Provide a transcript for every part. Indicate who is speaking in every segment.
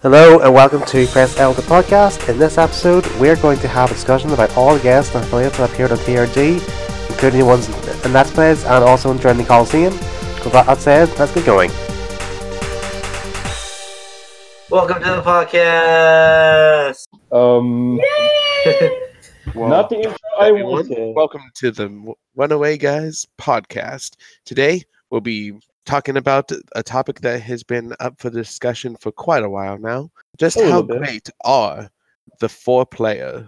Speaker 1: Hello and welcome to Press L the podcast. In this episode, we're going to have a discussion about all the guests and affiliates that appeared on PRG, including the ones in Let's Plays and also in Journey Coliseum. With that said, let's get going.
Speaker 2: Welcome to the podcast.
Speaker 3: Um,
Speaker 4: Well,
Speaker 3: not the intro I
Speaker 4: everyone,
Speaker 3: wanted.
Speaker 4: welcome to the W- Runaway Guys podcast. Today we'll be talking about a topic that has been up for discussion for quite a while now. Just
Speaker 3: A
Speaker 4: how
Speaker 3: little bit.
Speaker 4: great are the four player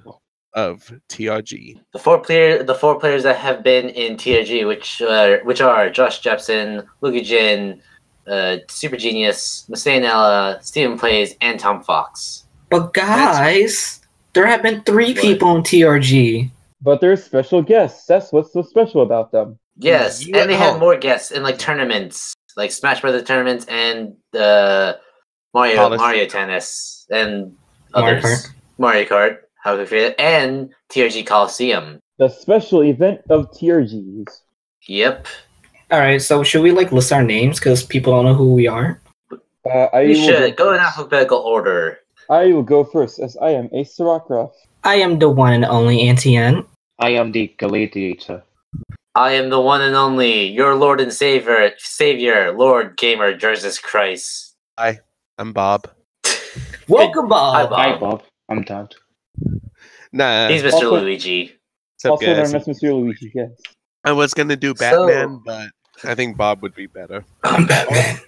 Speaker 4: of TRG?
Speaker 2: The four player, the four players that have been in TRG, which uh, which are Josh Jepson, Luki Jin, uh, Super Genius, Masanella, Steven Plays, and Tom Fox.
Speaker 5: But guys, there have been three
Speaker 2: What?
Speaker 5: people on TRG.
Speaker 3: but they're special guests. That's what's so special about them.
Speaker 2: Yes,
Speaker 4: You at
Speaker 2: and they
Speaker 5: Oh.
Speaker 2: had
Speaker 4: home.
Speaker 2: more guests in like tournaments, like Smash Brothers tournaments and uh, Mario
Speaker 4: Policy.
Speaker 2: Mario Tennis and
Speaker 5: Mario
Speaker 2: others.
Speaker 5: Kart.
Speaker 2: Mario Kart. How could forget? And TRG Coliseum.
Speaker 3: The special event of TRGs.
Speaker 2: Yep.
Speaker 5: All right, so should we like list our names because people don't know who we are?
Speaker 3: Uh, I
Speaker 2: You
Speaker 3: will
Speaker 2: should go in
Speaker 3: first.
Speaker 2: alphabetical order.
Speaker 3: I will go first, as I am Ace Soraka.
Speaker 5: I am the one and only Auntie N.
Speaker 6: I am the gladiator.
Speaker 2: I am the one and only, your Lord and Savior, Savior, Lord Gamer Jesus Christ.
Speaker 4: I'm Bob.
Speaker 5: Welcome, Bob.
Speaker 2: Bob.
Speaker 6: Hi, Bob. I'm Dad.
Speaker 4: Nah,
Speaker 2: He's Mr.
Speaker 3: also-
Speaker 2: Luigi.
Speaker 4: what's up,
Speaker 3: also
Speaker 4: guys?
Speaker 3: known as Mr. Luigi. Yes.
Speaker 4: I was gonna do Batman, but I think Bob would be better.
Speaker 5: I'm Batman.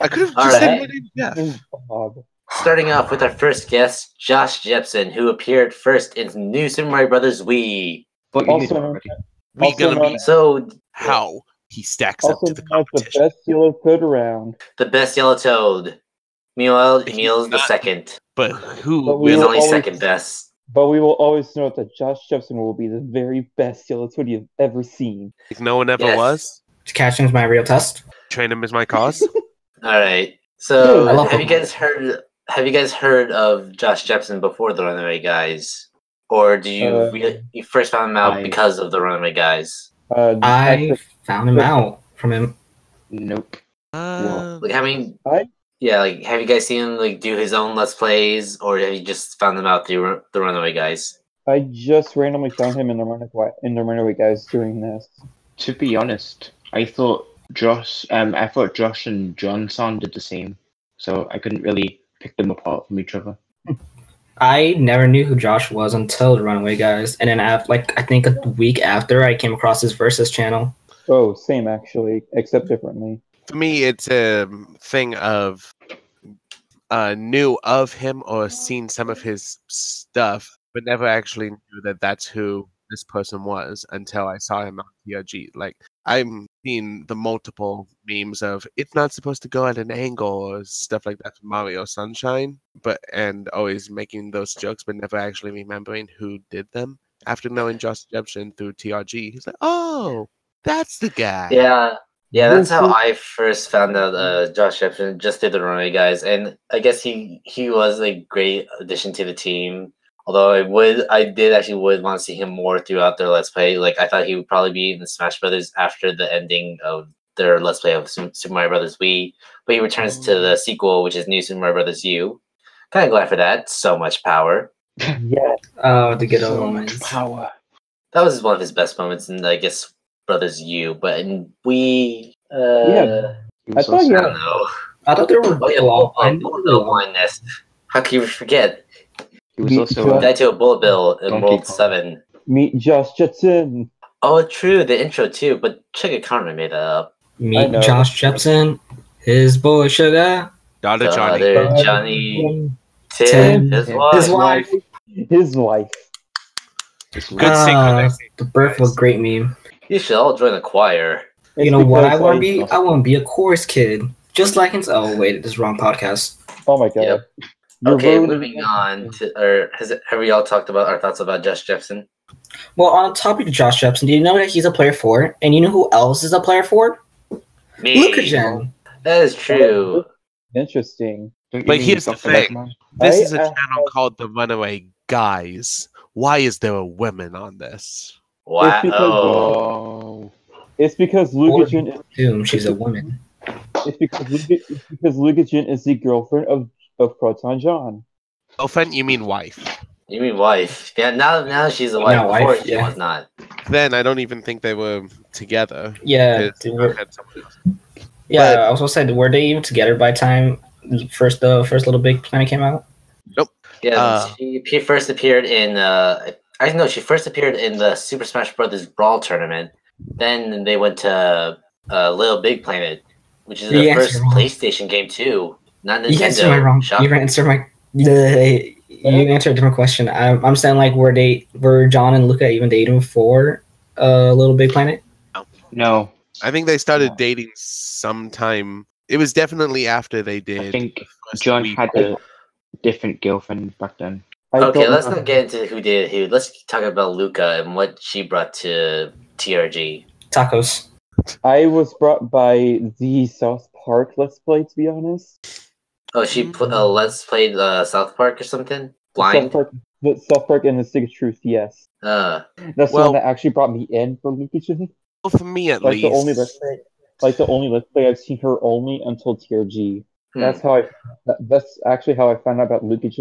Speaker 4: I could have
Speaker 2: All
Speaker 4: just said
Speaker 2: right.
Speaker 4: my name, Jeff.
Speaker 3: Mm, Bob.
Speaker 2: Starting off with our first guest, Josh Jepson, who appeared first in New Super Mario Brothers Wii.
Speaker 6: But you
Speaker 3: Also
Speaker 6: did
Speaker 3: known,
Speaker 6: already.
Speaker 4: We
Speaker 3: Also
Speaker 4: gonna be
Speaker 3: known-
Speaker 2: So
Speaker 4: how he stacks up
Speaker 3: also
Speaker 4: to the
Speaker 3: known as the
Speaker 4: competition.
Speaker 3: best yellow code around.
Speaker 2: the best Yellow Toad. Meanwhile,
Speaker 4: He's
Speaker 2: Meal's the
Speaker 4: not-
Speaker 2: second.
Speaker 4: But who
Speaker 3: But we
Speaker 2: He's
Speaker 3: will
Speaker 4: will
Speaker 2: only
Speaker 3: always-
Speaker 2: second best.
Speaker 3: But we will always note that Josh Jepson will be the very best yellow code you've ever seen.
Speaker 4: if no one ever
Speaker 2: Yes.
Speaker 4: was?
Speaker 5: Catching is my real test.
Speaker 4: Train him as my cause.
Speaker 2: All right.
Speaker 3: Yeah, I
Speaker 2: So
Speaker 5: love
Speaker 2: have you
Speaker 5: him.
Speaker 2: guys heard? Have you guys heard of Josh Jepson before the Runaway Guys, or do you
Speaker 3: Uh,
Speaker 2: really, you first found him out
Speaker 6: I-
Speaker 2: because of the Runaway Guys?
Speaker 3: Uh,
Speaker 5: I found him out from him.
Speaker 6: Nope.
Speaker 4: Uh,
Speaker 2: Like, how many?
Speaker 3: I-
Speaker 2: Yeah, like, have you guys seen him like do his own Let's Plays, or have you just found them out through Ru- the Runaway Guys?
Speaker 3: I just randomly found him in the runaway in the runaway guys doing this.
Speaker 6: To be honest, I thought Josh. Um, I thought Josh and John sounded the same, so I couldn't really pick them apart from each other.
Speaker 5: I never knew who Josh was until the Runaway Guys, and then after, like I think a week after, I came across his Versus channel.
Speaker 3: Oh, same actually, except differently.
Speaker 4: for me, it's a thing of uh, knew of him or seen some of his stuff, but never actually knew that that's who this person was until I saw him on PRG. Like I'm seeing the multiple memes of it's not supposed to go at an angle or stuff like that from Mario Sunshine, but and always making those jokes, but never actually remembering who did them. After knowing Josh Jepson through TRG, he's like, "Oh, that's the guy."
Speaker 2: Yeah, yeah, that's how
Speaker 3: Mhm.
Speaker 2: I first found out uh, Josh Jepson just through the Runaway Guys, and I guess he he was a great addition to the team. Although I would, I did actually would want to see him more throughout their Let's Play. Like I thought he would probably be in the Smash Brothers after the ending of their Let's Play of Su- Super Mario Brothers Wii, but he returns to the sequel, which is New Super Mario Brothers U. Kind of glad for that. So much power.
Speaker 3: Yes.
Speaker 5: Oh, the good old
Speaker 6: So
Speaker 5: moments.
Speaker 6: much power.
Speaker 2: That was one of his best moments in, I guess, Brothers U. But in Wii, uh,
Speaker 3: Yeah. I
Speaker 6: It was
Speaker 3: thought
Speaker 6: also-
Speaker 3: you-
Speaker 2: I don't know.
Speaker 5: I thought there were
Speaker 2: Oh yeah,
Speaker 5: a lot.
Speaker 2: bullet bill, bullet bill won this. How can you forget?
Speaker 6: He was
Speaker 3: Me too.
Speaker 6: also.
Speaker 2: That to a bullet bill in
Speaker 6: Donkey
Speaker 2: World
Speaker 6: Kong.
Speaker 2: Seven.
Speaker 3: Meet Josh Jetson.
Speaker 2: Oh, true, the intro too, but Chugga Connor made that up.
Speaker 3: I
Speaker 5: Meet
Speaker 3: know.
Speaker 5: Josh Jepson, his boy Sugar,
Speaker 4: Daughter
Speaker 2: The
Speaker 4: Johnny.
Speaker 2: other
Speaker 3: Johnny.
Speaker 2: Johnny,
Speaker 3: Um,
Speaker 2: Tim,
Speaker 5: Tim,
Speaker 2: his
Speaker 6: his
Speaker 2: wife.
Speaker 5: his wife.
Speaker 3: His life.
Speaker 6: It's
Speaker 4: Good
Speaker 6: like-
Speaker 5: Ah,
Speaker 4: sequel, next
Speaker 5: the birth of a great meme.
Speaker 2: You should all join the choir.
Speaker 5: you
Speaker 3: It's
Speaker 5: know what? I
Speaker 3: because
Speaker 5: want to be. I want to be a chorus kid, just like his. Oh wait, this is wrong podcast.
Speaker 3: Oh my god.
Speaker 2: Yep.
Speaker 3: You're
Speaker 2: okay,
Speaker 3: voting-
Speaker 2: moving on to or has have we all talked about our thoughts about Josh Jepson?
Speaker 5: Well, on the topic of Josh Jepson, do you know that he's a player for? And you know who else is a player for?
Speaker 2: Me.
Speaker 5: Luka Jen.
Speaker 2: That is true.
Speaker 3: Interesting.
Speaker 6: don't you
Speaker 4: But
Speaker 6: mean
Speaker 4: here's the
Speaker 6: Dr. Eggman?
Speaker 4: This
Speaker 3: I-
Speaker 4: is a
Speaker 3: I
Speaker 4: channel called The Runaway Guys. Why is there a women on this?
Speaker 2: Wow.
Speaker 3: people
Speaker 2: Oh,
Speaker 6: Oh.
Speaker 3: It's because Lugajin is
Speaker 5: Doom. She's a woman.
Speaker 3: it's because Luga- it's because Lugajin is the girlfriend of of Proton John.
Speaker 4: Girlfriend, you mean wife.
Speaker 2: You mean wife? Yeah, now now she's a wife.
Speaker 5: Now wife,
Speaker 2: Before she
Speaker 5: yeah.
Speaker 2: was not.
Speaker 4: Then I don't even think they were together.
Speaker 5: Yeah,
Speaker 4: It's-
Speaker 5: they were-
Speaker 4: had someone else.
Speaker 5: yeah. I also said, were they even together by the time first the first Little Big Planet came out?
Speaker 2: Yeah,
Speaker 4: Uh.
Speaker 2: she pe- first appeared in. Uh, I know she first appeared in the Super Smash Brothers Brawl tournament. Then they went to uh, Little Big Planet, which is the
Speaker 5: Yes,
Speaker 2: first
Speaker 5: you're wrong.
Speaker 2: PlayStation game too. Not Nintendo.
Speaker 5: You answered my wrong.
Speaker 2: Shock-
Speaker 5: You answered my. the- you answered a different question. I'm, I'm saying like were they were John and Luca even dating for uh, Little Big Planet?
Speaker 6: No,
Speaker 4: I think they started dating sometime. It was definitely after they did.
Speaker 6: I think
Speaker 4: first
Speaker 6: John
Speaker 4: week.
Speaker 6: had a different girlfriend back then.
Speaker 3: I
Speaker 2: okay,
Speaker 3: don't
Speaker 2: let's
Speaker 3: know.
Speaker 2: not get into who did who. Let's talk about Luca and what she brought to TRG.
Speaker 5: Tacos.
Speaker 3: I was brought by the South Park Let's Play, to be honest.
Speaker 2: Oh, she pl- uh, let's play uh, South Park or something.
Speaker 3: Mm-hmm. South
Speaker 2: Blind.
Speaker 3: Park, the South Park and the Stick of Truth, yes.
Speaker 2: Uh,
Speaker 3: That's
Speaker 4: Well-
Speaker 3: the one that actually brought me in for Leakage.
Speaker 4: Well, for me at
Speaker 3: Like
Speaker 4: least.
Speaker 3: the only Let's Play, like the only Let's Play I've seen her only until TRG.
Speaker 2: hmm.
Speaker 3: That's how I. that- That's actually how I found out about Leakage.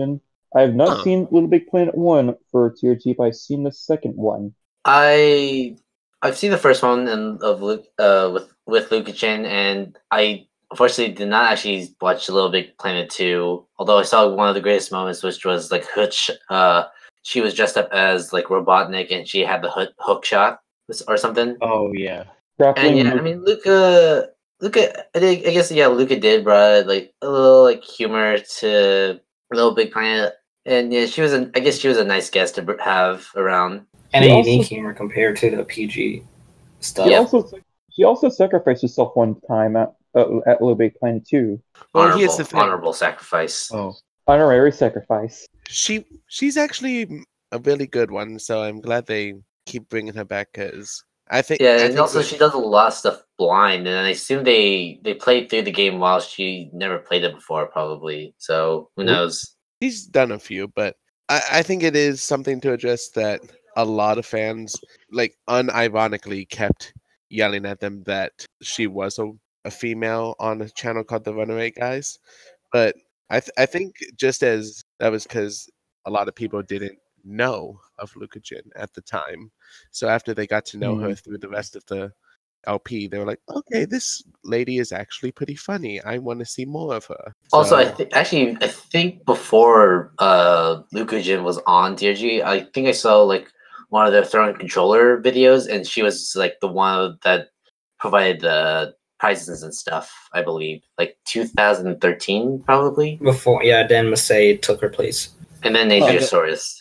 Speaker 3: I have not
Speaker 4: Huh.
Speaker 3: seen Little Big Planet one for TRG, but I've seen the second one.
Speaker 2: I I've seen the first one and of Luke uh with with Luca Chen and I unfortunately did not actually watch Little Big Planet two. Although I saw one of the greatest moments, which was like Hutch. Uh, she was dressed up as like Robotnik and she had the hook, hook shot or something.
Speaker 6: Oh yeah.
Speaker 2: And
Speaker 3: Grappling
Speaker 2: yeah, I
Speaker 3: Luke-
Speaker 2: mean Luca. Luca, I, think, I guess yeah, Luca did brought like a little like humor to Little Big Planet, and yeah, she was an I guess she was a nice guest to br- have around.
Speaker 5: And
Speaker 3: She
Speaker 5: a
Speaker 3: also-
Speaker 5: unique humor compared to the PG stuff.
Speaker 3: She also she also sacrificed herself one time at at, at Little Big Planet two.
Speaker 4: Well,
Speaker 2: honorable,
Speaker 4: here's the thing.
Speaker 2: honorable sacrifice.
Speaker 6: Oh.
Speaker 3: Honorary sacrifice.
Speaker 4: She she's actually a really good one, so I'm glad they keep bringing her back because I think. I
Speaker 2: Yeah, and
Speaker 4: think
Speaker 2: also
Speaker 4: that-
Speaker 2: she does a lot of stuff blind, and I assume they they played through the game while she never played it before, probably. So who
Speaker 3: Mhm.
Speaker 2: knows?
Speaker 4: He's done a few, but I, I think it is something to address that a lot of fans, like unironically, kept yelling at them that she was a, a female on a channel called The Runaway Guys. But I, th- I think just as that was because a lot of people didn't know of Lukagen at the time. So after they got to know
Speaker 2: Mm-hmm.
Speaker 4: her through the rest of the LP, they were like, okay, this lady is actually pretty funny. I want to see more of her.
Speaker 2: Also, I
Speaker 4: So-
Speaker 2: th- actually I think before uh Lukagen was on TRG, I think I saw like one of their throwing controller videos, and she was like the one that provided the prizes and stuff. I believe like 2013 probably,
Speaker 5: Before, yeah, then Masai took her place.
Speaker 2: and then
Speaker 3: Oh, okay.
Speaker 2: Naturosaurus.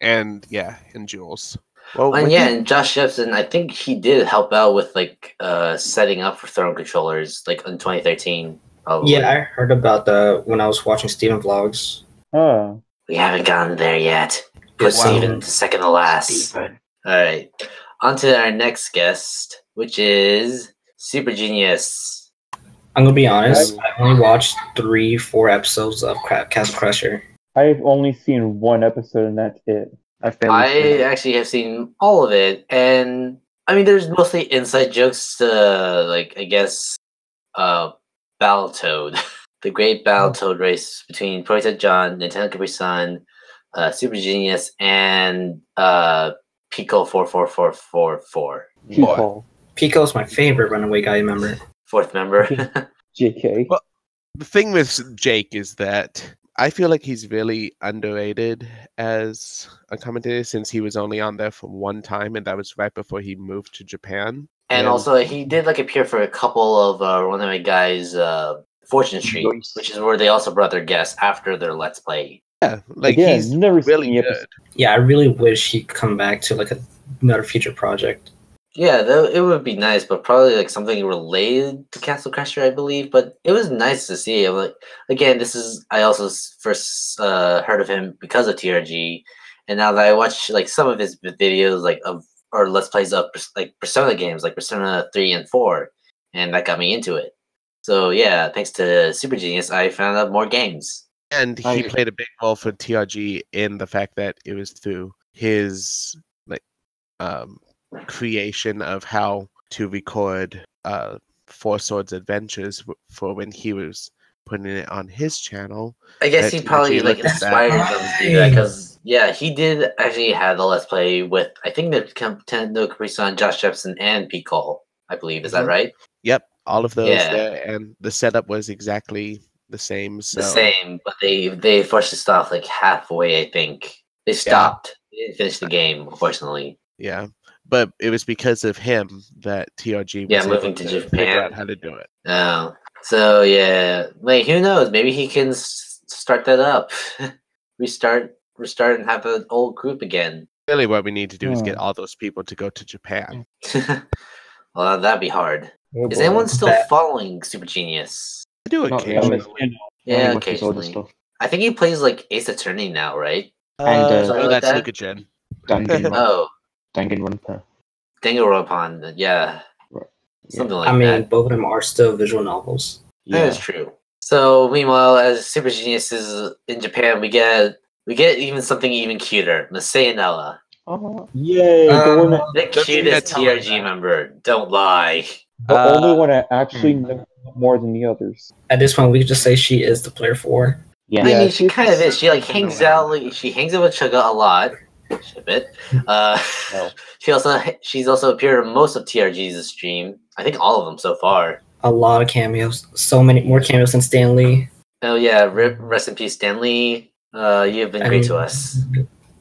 Speaker 4: and yeah, and Jules. Well,
Speaker 2: And
Speaker 4: when
Speaker 2: yeah,
Speaker 4: you-
Speaker 2: and Josh Jepson, I think he did help out with like uh setting up for throne controllers like in 2013. Probably.
Speaker 5: Yeah, I heard about that when I was watching Steven vlogs.
Speaker 3: Ah,
Speaker 2: we haven't gotten there yet. Put
Speaker 5: Yes, um,
Speaker 2: Steven second to last. All right, on to our next guest, which is Super Genius.
Speaker 5: I'm gonna be honest. I only watched three, four episodes of Crab Castle Crusher.
Speaker 3: I've only seen one episode, and that's it.
Speaker 6: I've been
Speaker 2: I actually have seen all of it, and I mean, there's mostly inside jokes to like I guess, uh, Battletoad, the great Battletoad race between Project John, Nintendo Capri Sun, uh, Super Genius, and uh, Pico four four four four four.
Speaker 4: Boy.
Speaker 3: People,
Speaker 5: Pico's my favorite runaway guy member.
Speaker 2: Fourth member.
Speaker 3: JK.
Speaker 4: Well- the thing with Jake is that I feel like he's really underrated as a commentator since he was only on there for one time, and that was right before he moved to Japan.
Speaker 2: and
Speaker 4: Yeah.
Speaker 2: also, he did like appear for a couple of uh, Runaway Guys' uh, Fortune Street,
Speaker 6: Nice.
Speaker 2: which is where they also brought their guests after their Let's Play.
Speaker 4: Yeah, like
Speaker 3: Again,
Speaker 4: he's
Speaker 3: never
Speaker 4: really
Speaker 3: seen the episode.
Speaker 4: good.
Speaker 5: Yeah, I really wish he'd come back to like a, another future project.
Speaker 2: Yeah, though it would be nice, but probably like something related to Castle Crusher, I believe. But it was nice to see him. Like again, this is I also s- first uh, heard of him because of TRG, and now that I watch like some of his vi- videos, like of or let's plays of Pers- like Persona games, like Persona three and four, and that got me into it. So yeah, thanks to Super Genius, I found out more games.
Speaker 4: And he
Speaker 3: I-
Speaker 4: played a big role for TRG in the fact that it was through his like um, creation of how to record uh, Four Swords Adventures w- for when he was putting it on his channel.
Speaker 2: I guess
Speaker 4: that
Speaker 2: he probably
Speaker 4: actually
Speaker 2: like
Speaker 4: looked at that.
Speaker 2: inspired them to do that because yeah, he did actually have the let's play with I think the Nintendo Capri Sun, Josh Jepson, and Pete Cole. I believe is that
Speaker 4: Mhm.
Speaker 2: right?
Speaker 4: Yep, all of those
Speaker 2: Yeah.
Speaker 4: there, and the setup was exactly the same. So
Speaker 2: The same, but they they forced us to stop like halfway. I think they stopped. They didn't finish the game, unfortunately.
Speaker 4: yeah, but it was because of him that TRG was
Speaker 2: Yeah,
Speaker 4: able
Speaker 2: moving to Japan.
Speaker 4: figure out how to do it.
Speaker 2: Oh, so yeah. Like, who knows? Maybe he can s- start that up, restart, restart, and have an old group again.
Speaker 4: Really, what we need to do is get
Speaker 3: Hmm.
Speaker 4: all those people to go to Japan.
Speaker 2: well, that'd be hard.
Speaker 3: Oh,
Speaker 2: Is
Speaker 3: boy.
Speaker 2: anyone still
Speaker 5: That-
Speaker 2: following Super Genius?
Speaker 4: I do
Speaker 6: Not really.
Speaker 4: occasionally.
Speaker 2: Yeah,
Speaker 6: He watches all this
Speaker 2: occasionally. I think he plays like Ace Attorney now, right?
Speaker 4: Uh,
Speaker 6: And, uh,
Speaker 4: no, that's
Speaker 2: Like
Speaker 4: Luka Jen.
Speaker 6: Danganronpa.
Speaker 2: Oh,
Speaker 6: Danganronpa.
Speaker 2: Danganronpa, yeah,
Speaker 6: Right, yeah.
Speaker 2: something like
Speaker 5: I mean,
Speaker 2: that.
Speaker 5: both of them are still visual novels.
Speaker 2: That is true. So meanwhile, as Super Geniuses in Japan, we get we get even something even cuter, Masayanella,
Speaker 6: Oh,
Speaker 3: Yay! the
Speaker 2: Um,
Speaker 3: one, that-
Speaker 2: the
Speaker 4: Don't even
Speaker 2: cutest
Speaker 4: tell him
Speaker 2: TRG member. Don't lie.
Speaker 3: the
Speaker 4: Uh,
Speaker 3: only one I actually
Speaker 2: hmm.
Speaker 3: know more than the others.
Speaker 5: At this point, we could just say she is the player for.
Speaker 6: yeah.
Speaker 2: I
Speaker 3: Yeah,
Speaker 2: mean, she
Speaker 3: she's
Speaker 2: kind of is. She like
Speaker 4: something
Speaker 2: hangs
Speaker 4: around.
Speaker 2: out. Like, she hangs out with Chugga a lot. Ship it. Uh,
Speaker 6: No.
Speaker 2: She also she's also appeared in most of TRG's stream. I think all of them so far.
Speaker 5: A lot of cameos, so many more cameos than Stanley.
Speaker 2: Oh yeah, rip, rest in peace, Stanley. Uh, you have been great to
Speaker 5: And-
Speaker 2: us.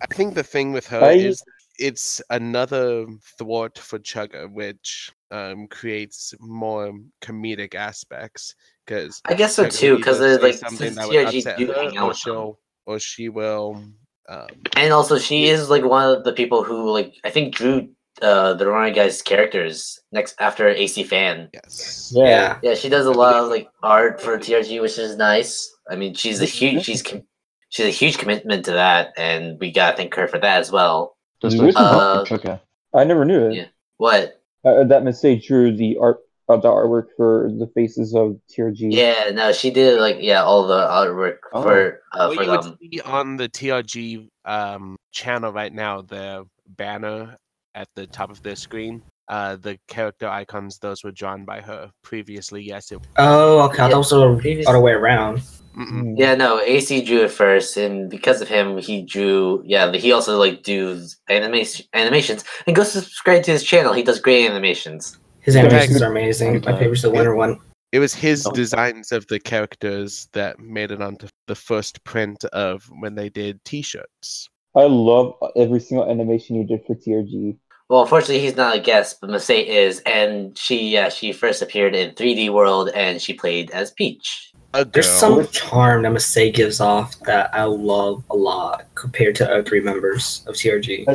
Speaker 4: I think the thing with her
Speaker 3: I-
Speaker 4: is it's another thwart for Chugga, which um, creates more comedic aspects because
Speaker 2: I guess so too, because like since TRG do hang out
Speaker 4: or
Speaker 2: with them.
Speaker 4: she'll or she will. Um,
Speaker 2: and also she is like one of the people who like I think drew uh the Ronnie guy's characters next after AC Fan.
Speaker 4: yes,
Speaker 5: Yeah.
Speaker 2: Yeah, she does a lot of like art for TRG, which is nice. I mean, she's a huge she's com- she's a huge commitment to that, and we gotta thank her for that as well.
Speaker 6: Does
Speaker 3: Really?
Speaker 6: this uh,
Speaker 2: Uh,
Speaker 6: trigger?
Speaker 3: I never knew it.
Speaker 2: Yeah. What?
Speaker 3: Uh, that mistake drew the art, uh, the artwork for the faces of TRG.
Speaker 2: Yeah, no, she did like yeah all the artwork
Speaker 6: Oh.
Speaker 2: for uh,
Speaker 4: well,
Speaker 2: for
Speaker 4: you would
Speaker 2: them.
Speaker 4: see on the TRG um, channel right now the banner at the top of their screen. Uh, the character icons; those were drawn by her previously. Yes, it.
Speaker 5: Oh, okay. I thought it was the
Speaker 2: Previous-
Speaker 5: other way around.
Speaker 4: Mm-mm.
Speaker 3: Mm.
Speaker 2: Yeah, no, AC drew it first, and because of him, he drew. Yeah, he also like does animation animations, and go subscribe to his channel. He does great animations.
Speaker 5: His
Speaker 3: Correct.
Speaker 5: animations are amazing. My favorite's the winter one.
Speaker 4: It was his
Speaker 6: Oh.
Speaker 4: designs of the characters that made it onto the first print of when they did T-shirts.
Speaker 3: I love every single animation you did for TRG.
Speaker 2: Well, unfortunately, he's not a guest, but Masay is, and she yeah she first appeared in 3D World, and she played as Peach.
Speaker 4: A
Speaker 5: There's
Speaker 4: girl.
Speaker 5: some charm that Masai gives off that I love a lot compared to other three members of TRG.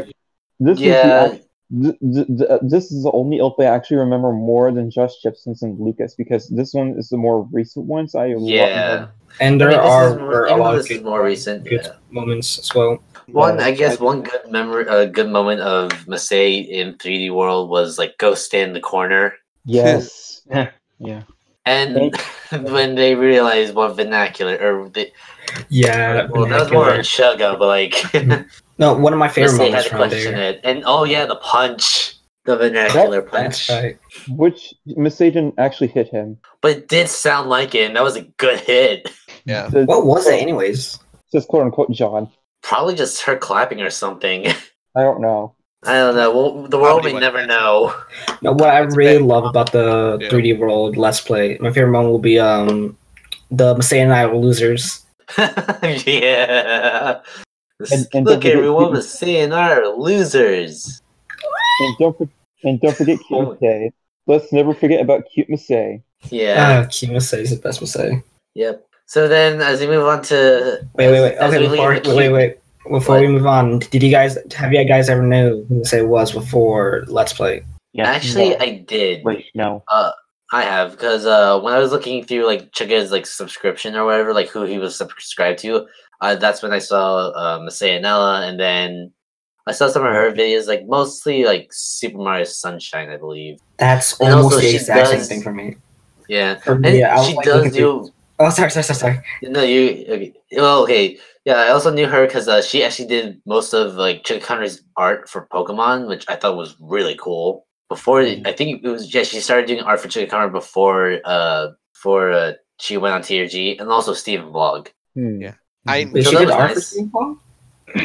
Speaker 3: This
Speaker 2: yeah,
Speaker 3: is the, act- th- th- th- this is the only LP I actually remember more than just Jepson's and Lucas because this one is the more recent one. So I love
Speaker 2: yeah.
Speaker 5: And
Speaker 2: I
Speaker 5: there
Speaker 2: mean, this
Speaker 5: are
Speaker 2: is more-
Speaker 5: were a
Speaker 2: even
Speaker 5: lot
Speaker 2: though
Speaker 5: of
Speaker 2: this is
Speaker 5: good,
Speaker 2: more recent.
Speaker 5: good
Speaker 2: yeah.
Speaker 5: moments as well.
Speaker 2: One, I guess, one good memory, a good moment of Masay in 3D World was like Ghost Stand in the corner.
Speaker 3: Yes.
Speaker 6: Yeah.
Speaker 2: And when they realized what vernacular, or the,
Speaker 5: Yeah.
Speaker 2: well, that was more
Speaker 5: vernacular.
Speaker 2: on Chugga, but like
Speaker 5: Mm, no, one of my favorite
Speaker 2: they had
Speaker 5: moments
Speaker 2: to
Speaker 5: from
Speaker 2: question
Speaker 5: there.
Speaker 2: it. And oh yeah, the punch, the vernacular punch,
Speaker 5: That's right.
Speaker 3: Which Missy didn't actually hit him.
Speaker 2: but it did sound like it, and that was a good hit.
Speaker 4: yeah.
Speaker 3: Says-
Speaker 5: What was it, anyways?
Speaker 3: Says quote unquote John.
Speaker 2: Probably just her clapping or something.
Speaker 3: I don't know.
Speaker 2: I don't know. Well, the world
Speaker 4: Probably
Speaker 2: may
Speaker 4: what-
Speaker 2: never know.
Speaker 5: No, what I
Speaker 4: It's
Speaker 5: really
Speaker 4: been-
Speaker 5: love about the
Speaker 4: Yeah.
Speaker 5: 3D World Let's Play, my favorite moment will be um the Masai and I were losers.
Speaker 2: yeah.
Speaker 3: And- and don't
Speaker 2: Look,
Speaker 3: forget
Speaker 2: everyone
Speaker 3: Keaton.
Speaker 2: was saying our losers.
Speaker 3: And don't for- and don't forget cute
Speaker 2: Holy.
Speaker 3: Missy. Let's never forget about cute Missy.
Speaker 2: Yeah.
Speaker 5: Yeah. Uh, Key Masai is the best Masai.
Speaker 2: Yep. So then, as we move on to
Speaker 5: Wait, wait, wait.
Speaker 2: as
Speaker 5: Okay,
Speaker 2: we leave
Speaker 5: before,
Speaker 2: the
Speaker 5: wait, wait, wait. Before
Speaker 2: What?
Speaker 5: we move on, did you guys have you guys ever know who Masai was before Let's Play?
Speaker 6: Yeah.
Speaker 2: actually,
Speaker 6: No.
Speaker 2: I did.
Speaker 6: Wait, no.
Speaker 2: I have because uh, when I was looking through like Chugga's like subscription or whatever, like who he was subscribed to, uh, that's when I saw uh, Masayanella, and then I saw some of her videos, like mostly like Super Mario Sunshine, I believe.
Speaker 5: That's
Speaker 2: And
Speaker 5: almost
Speaker 2: also
Speaker 5: the
Speaker 2: she
Speaker 5: exact same
Speaker 2: does-
Speaker 5: thing for me.
Speaker 2: Yeah,
Speaker 5: For
Speaker 2: and
Speaker 5: me, I was
Speaker 2: she
Speaker 5: like,
Speaker 2: does
Speaker 5: looking through-
Speaker 2: do.
Speaker 5: Oh, sorry, sorry, sorry, sorry.
Speaker 2: No, you okay. Well, okay. Yeah, I also knew her because uh, she actually did most of like Chick Connery's art for Pokemon, which I thought was really cool. Before I think it was yeah, she started doing art for Chick Connery before uh for uh, she went on TRG, and also Steven Blog.
Speaker 3: Hmm.
Speaker 4: Yeah. I
Speaker 5: Wait,
Speaker 2: So
Speaker 5: Mm-hmm. she
Speaker 2: that
Speaker 5: did
Speaker 2: was
Speaker 5: art for
Speaker 2: nice.
Speaker 5: Steven Blum?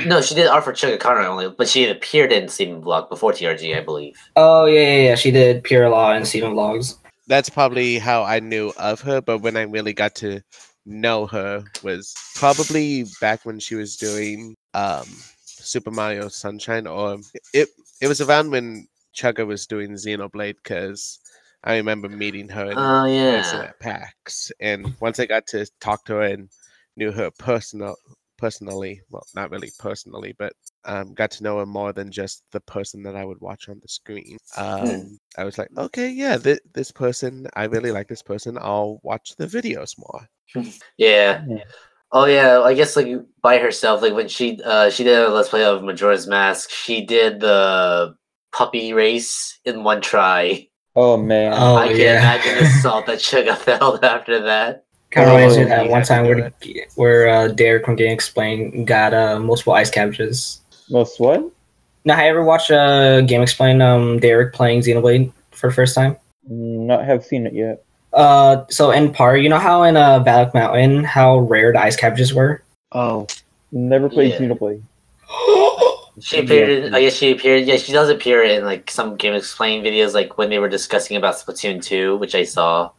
Speaker 2: No, she did art for Chugakana only, but she had appeared in Steven Blog before TRG, I believe.
Speaker 5: Oh yeah, yeah, yeah. She did Pure Law and Steven Vlogs.
Speaker 4: that's probably how I knew of her, but when I really got to know her was probably back when she was doing um Super Mario Sunshine or it it was around when Chugga was doing Xenoblade because I remember meeting her in
Speaker 2: Oh
Speaker 4: person
Speaker 2: yeah,
Speaker 4: at PAX and once I got to talk to her and knew her personal personally, well not really personally, but um got to know her more than just the person that I would watch on the screen. Um I was like, okay, yeah, th- this person, I really like this person. I'll watch the videos more.
Speaker 2: yeah.
Speaker 3: Yeah.
Speaker 2: Oh yeah, I guess like by herself, like when she uh she did a let's play of Majora's Mask, she did the puppy race in one try.
Speaker 3: Oh man.
Speaker 5: Oh
Speaker 2: I can
Speaker 5: yeah.
Speaker 2: imagine the salt that Chugga felt after that.
Speaker 5: Kind
Speaker 3: Oh,
Speaker 5: of reminds me of
Speaker 4: yeah,
Speaker 5: that one
Speaker 4: you
Speaker 5: time
Speaker 4: do
Speaker 5: where where uh, Derek from Game Explain got uh, multiple ice cabbages.
Speaker 3: Most what?
Speaker 5: Now, have you ever watched uh, Game Explain? Um, Derek playing Xenoblade for the first time.
Speaker 3: Not have seen it yet.
Speaker 5: Uh, so in par, you know how in uh, Valak Mountain, how rare the ice cabbages were.
Speaker 6: Oh,
Speaker 3: Never played
Speaker 2: Yeah.
Speaker 3: Xenoblade.
Speaker 2: She appeared in, I guess she appeared, yeah, she does appear in like some Game Explain videos, like when they were discussing about Splatoon 2, which I saw.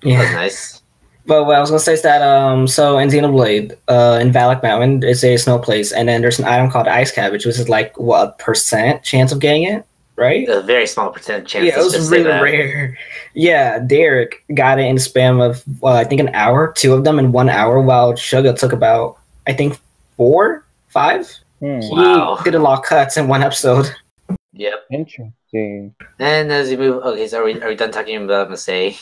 Speaker 2: That was
Speaker 5: yeah.
Speaker 2: nice.
Speaker 5: But what I was gonna say is that um, so in Xenoblade, uh, in Valak Mountain, it's a snow place, and then there's an item called Ice Cabbage, which is like what percent chance of getting it, right?
Speaker 2: A very small percent chance.
Speaker 5: yeah, it
Speaker 2: let's
Speaker 5: was
Speaker 2: just say
Speaker 5: really
Speaker 2: that.
Speaker 5: rare. Yeah, Derek got it in a spam of uh, I think an hour, two of them in one hour, while Sugar took about I think four, five.
Speaker 3: Hmm.
Speaker 5: He
Speaker 2: Wow.
Speaker 5: did a lot of cuts in one episode.
Speaker 2: Yep.
Speaker 3: Interesting.
Speaker 2: And as you move, okay, so are we, are we done talking about Masei?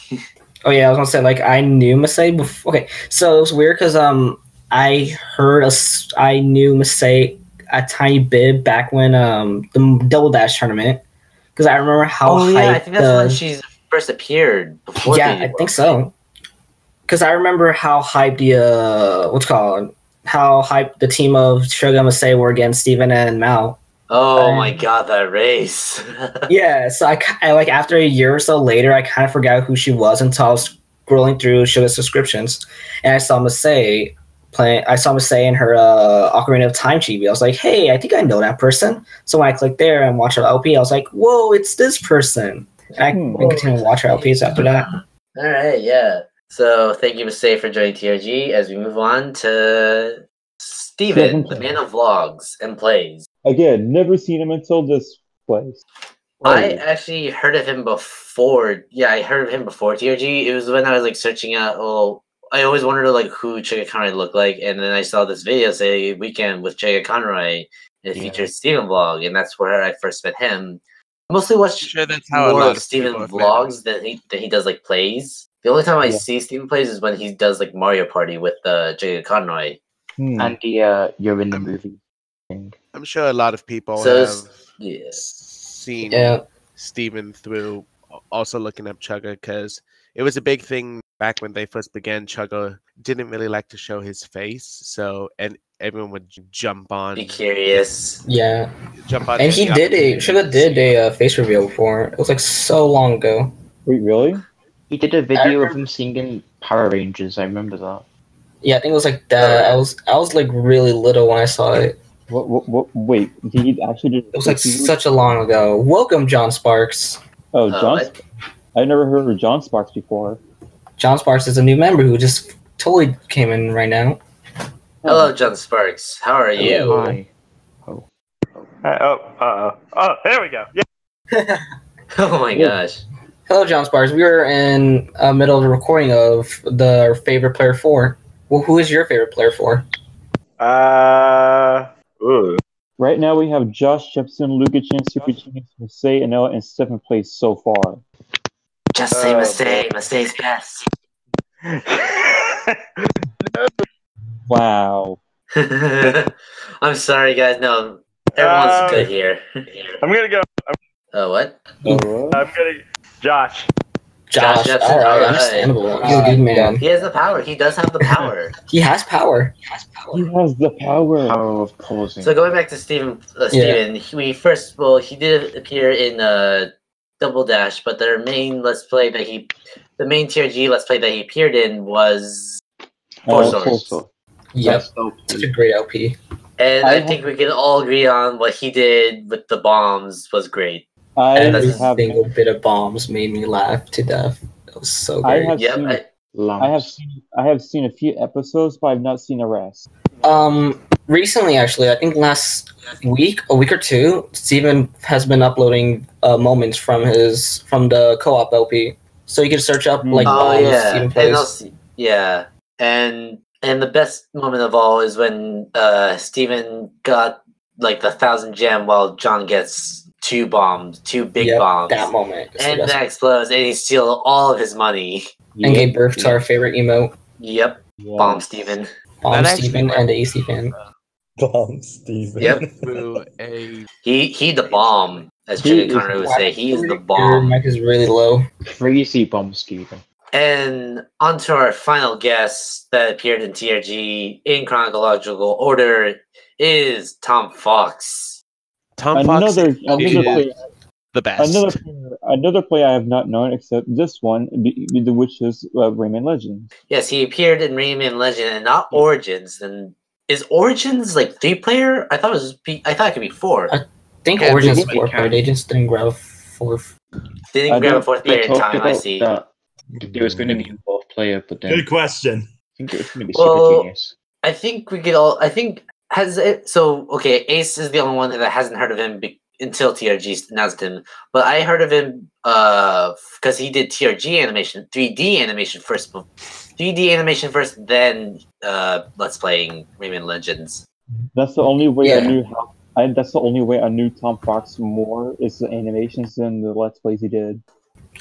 Speaker 5: Oh yeah, I was gonna say like I knew Masai before. Okay, so it was weird because um I heard a s- I knew Masai a tiny bit back when um the double dash tournament because I remember how
Speaker 2: Oh, yeah, I
Speaker 5: hyped
Speaker 2: think that's
Speaker 5: the-
Speaker 2: when she first appeared. Before
Speaker 5: yeah,
Speaker 2: the-
Speaker 5: I think so. Because I remember how hyped the uh, what's it called how hyped the team of Shogun Masai were against Steven and Mal.
Speaker 2: Oh
Speaker 5: Um,
Speaker 2: my god, that race.
Speaker 5: yeah, so I, ki- I like after a year or so later, I kind of forgot who she was until I was scrolling through Sugar subscriptions, and I saw Masay playing. I saw Masay in her uh, Ocarina of Time chibi. I was like, hey, I think I know that person. So when I clicked there and watched her LP, I was like, whoa, it's this person. And I
Speaker 3: Hmm.
Speaker 5: continued to watch her LPs after that.
Speaker 2: All right, yeah. So thank you, Masei, for joining TRG. As we move on to Steven,
Speaker 3: Steven.
Speaker 2: the man of vlogs and plays.
Speaker 3: Again, never seen him until this place. Oh,
Speaker 2: I actually heard of him before. Yeah, I heard of him before TRG. It was when I was like searching out. Oh, I always wondered like who Chega Conroy looked like, and then I saw this video say weekend with Chega Conroy. and It
Speaker 6: Yeah.
Speaker 2: featured Steven Vlog, and that's where I first met him. Mostly watched
Speaker 4: Sure, that's
Speaker 2: more of Steven vlogs than he than he does like plays. The only time I
Speaker 3: Yeah.
Speaker 2: see Steven plays is when he does like Mario Party with uh, Jacob Conroy.
Speaker 3: Hmm.
Speaker 6: Andy, uh, you're in the movie. thing.
Speaker 4: I'm sure a lot of people
Speaker 2: So
Speaker 4: have
Speaker 2: it's- Yeah.
Speaker 4: seen
Speaker 5: Yeah,
Speaker 4: Steven through al- also looking up Chugga because it was a big thing back when they first began. Chugga didn't really like to show his face, so and everyone would j- jump on,
Speaker 2: Be curious.
Speaker 5: yeah.
Speaker 4: jump on,
Speaker 5: And he
Speaker 4: any
Speaker 5: did a
Speaker 4: opportunity
Speaker 5: Sugar
Speaker 4: to
Speaker 5: did
Speaker 4: see
Speaker 5: a uh, face reveal before. It was like so long ago.
Speaker 3: Wait, really?
Speaker 6: He did a video of
Speaker 5: remember-
Speaker 6: him singing Power Rangers. I remember that.
Speaker 5: Yeah, I think it was like that. I was I was like really little when I saw it.
Speaker 3: What, what, what, wait, he actually did.
Speaker 5: It was like such a long ago. Welcome, John Sparks.
Speaker 3: Oh,
Speaker 2: Uh,
Speaker 3: John.
Speaker 2: like-
Speaker 3: I never heard of John Sparks before.
Speaker 5: John Sparks is a new member who just totally came in right now.
Speaker 2: Hello, John Sparks. How are you?
Speaker 5: Oh.
Speaker 3: Oh,
Speaker 6: Hi.
Speaker 7: Uh, oh, uh, oh, there we go. Yeah.
Speaker 2: Oh my
Speaker 3: Yeah.
Speaker 2: gosh.
Speaker 5: Hello, John Sparks. We are in uh, middle of the recording of the favorite player four. Well, who is your favorite player four?
Speaker 7: Uh, ooh.
Speaker 3: Right now we have Josh Jepson, Luca Chin, Super Genius, Jose Anella, and seventh place so far.
Speaker 2: Just say
Speaker 7: Uh,
Speaker 2: Masei. Masei's best.
Speaker 3: Wow.
Speaker 2: I'm sorry, guys. No, everyone's
Speaker 7: Um,
Speaker 2: good here.
Speaker 7: I'm gonna go.
Speaker 2: oh, what?
Speaker 7: I'm gonna. Josh.
Speaker 2: Josh Jepson,
Speaker 5: alright,
Speaker 2: alright.
Speaker 5: understandable. He's a good man.
Speaker 2: He has the power. He does have the power.
Speaker 5: He has power.
Speaker 3: He has the power.
Speaker 6: Power of pausing.
Speaker 2: so going back to Steven, uh,
Speaker 5: Yeah.
Speaker 2: Steven, he, we first, well, he did appear in uh, Double Dash, but their main Let's Play that he the main TRG Let's Play that he appeared in was Four
Speaker 3: Uh,
Speaker 2: stars.
Speaker 3: cool, cool.
Speaker 5: Yep,
Speaker 6: That's dope.
Speaker 5: such a great LP.
Speaker 2: And
Speaker 3: I
Speaker 2: I,
Speaker 3: have-
Speaker 2: think we can all agree on what he did with the bombs was great.
Speaker 3: I
Speaker 2: And
Speaker 5: Every
Speaker 2: that's-
Speaker 3: have
Speaker 5: single bit of bombs made me laugh to death. It was so
Speaker 3: I
Speaker 5: great.
Speaker 3: have
Speaker 2: Yep.
Speaker 3: seen
Speaker 2: I,
Speaker 6: Lamps.
Speaker 3: I have seen I have seen a few episodes, but I've not seen the rest.
Speaker 5: Um, recently, actually, I think last week, a week or two, Steven has been uploading uh, moments from his from the co-op LP, so you can search up like
Speaker 3: Mm.
Speaker 2: oh
Speaker 5: bombs
Speaker 2: yeah.
Speaker 5: Steven
Speaker 2: And
Speaker 5: plays.
Speaker 2: also- yeah. And and the best moment of all is when uh Steven got like the thousand gem while John gets two bombs, two big
Speaker 5: Yep,
Speaker 2: bombs.
Speaker 5: that moment, is the
Speaker 2: and
Speaker 5: best.
Speaker 2: that explodes and he steals all of his money.
Speaker 5: and gave birth to our favorite emote,
Speaker 2: Yep. Bomb Steven.
Speaker 5: Bomb
Speaker 4: actually
Speaker 5: Steven
Speaker 4: might-
Speaker 5: and AC fan.
Speaker 8: Bomb Steven.
Speaker 2: Yep.
Speaker 4: through a
Speaker 2: He he the bomb, as
Speaker 6: He
Speaker 2: Jimmy
Speaker 6: is
Speaker 2: Conrad would say. He is the
Speaker 5: Your
Speaker 2: bomb.
Speaker 5: mic is really low.
Speaker 6: crazy bomb Steven.
Speaker 2: And on to our final guest that appeared in TRG in chronological order is Tom Fox.
Speaker 4: Tom Fox
Speaker 3: Another another
Speaker 4: is
Speaker 3: player,
Speaker 4: the best.
Speaker 3: another player, another player I have not known except this one, be- be- the which is uh, Rayman Legend.
Speaker 2: Yes, he appeared in Rayman Legend and not Origins. And is Origins like three player? I thought it was. P- I thought it could be four.
Speaker 5: I think
Speaker 4: Yeah,
Speaker 5: Origins
Speaker 4: but-
Speaker 5: four, but they just didn't grab four.
Speaker 2: Didn't
Speaker 3: I
Speaker 2: grab a
Speaker 3: don't-
Speaker 2: fourth player
Speaker 6: They
Speaker 2: in
Speaker 6: talked
Speaker 2: time. I
Speaker 6: about
Speaker 2: see.
Speaker 6: Oh, that there was going to be a fourth player, but then
Speaker 8: Good
Speaker 6: I
Speaker 8: question.
Speaker 6: think it was going to be
Speaker 2: Well-
Speaker 6: Super Genius.
Speaker 2: I think we could all. I think has it. So okay, Ace is the only one that hasn't heard of him be, until TRG announced him. But I heard of him uh because he did TRG animation, 3D animation first, bef- 3D animation first, then uh Let's Playing Rayman Legends.
Speaker 3: That's the only way I
Speaker 5: Yeah.
Speaker 3: knew how. I, that's the only way I knew Tom Fox more is the animations and the let's plays he did.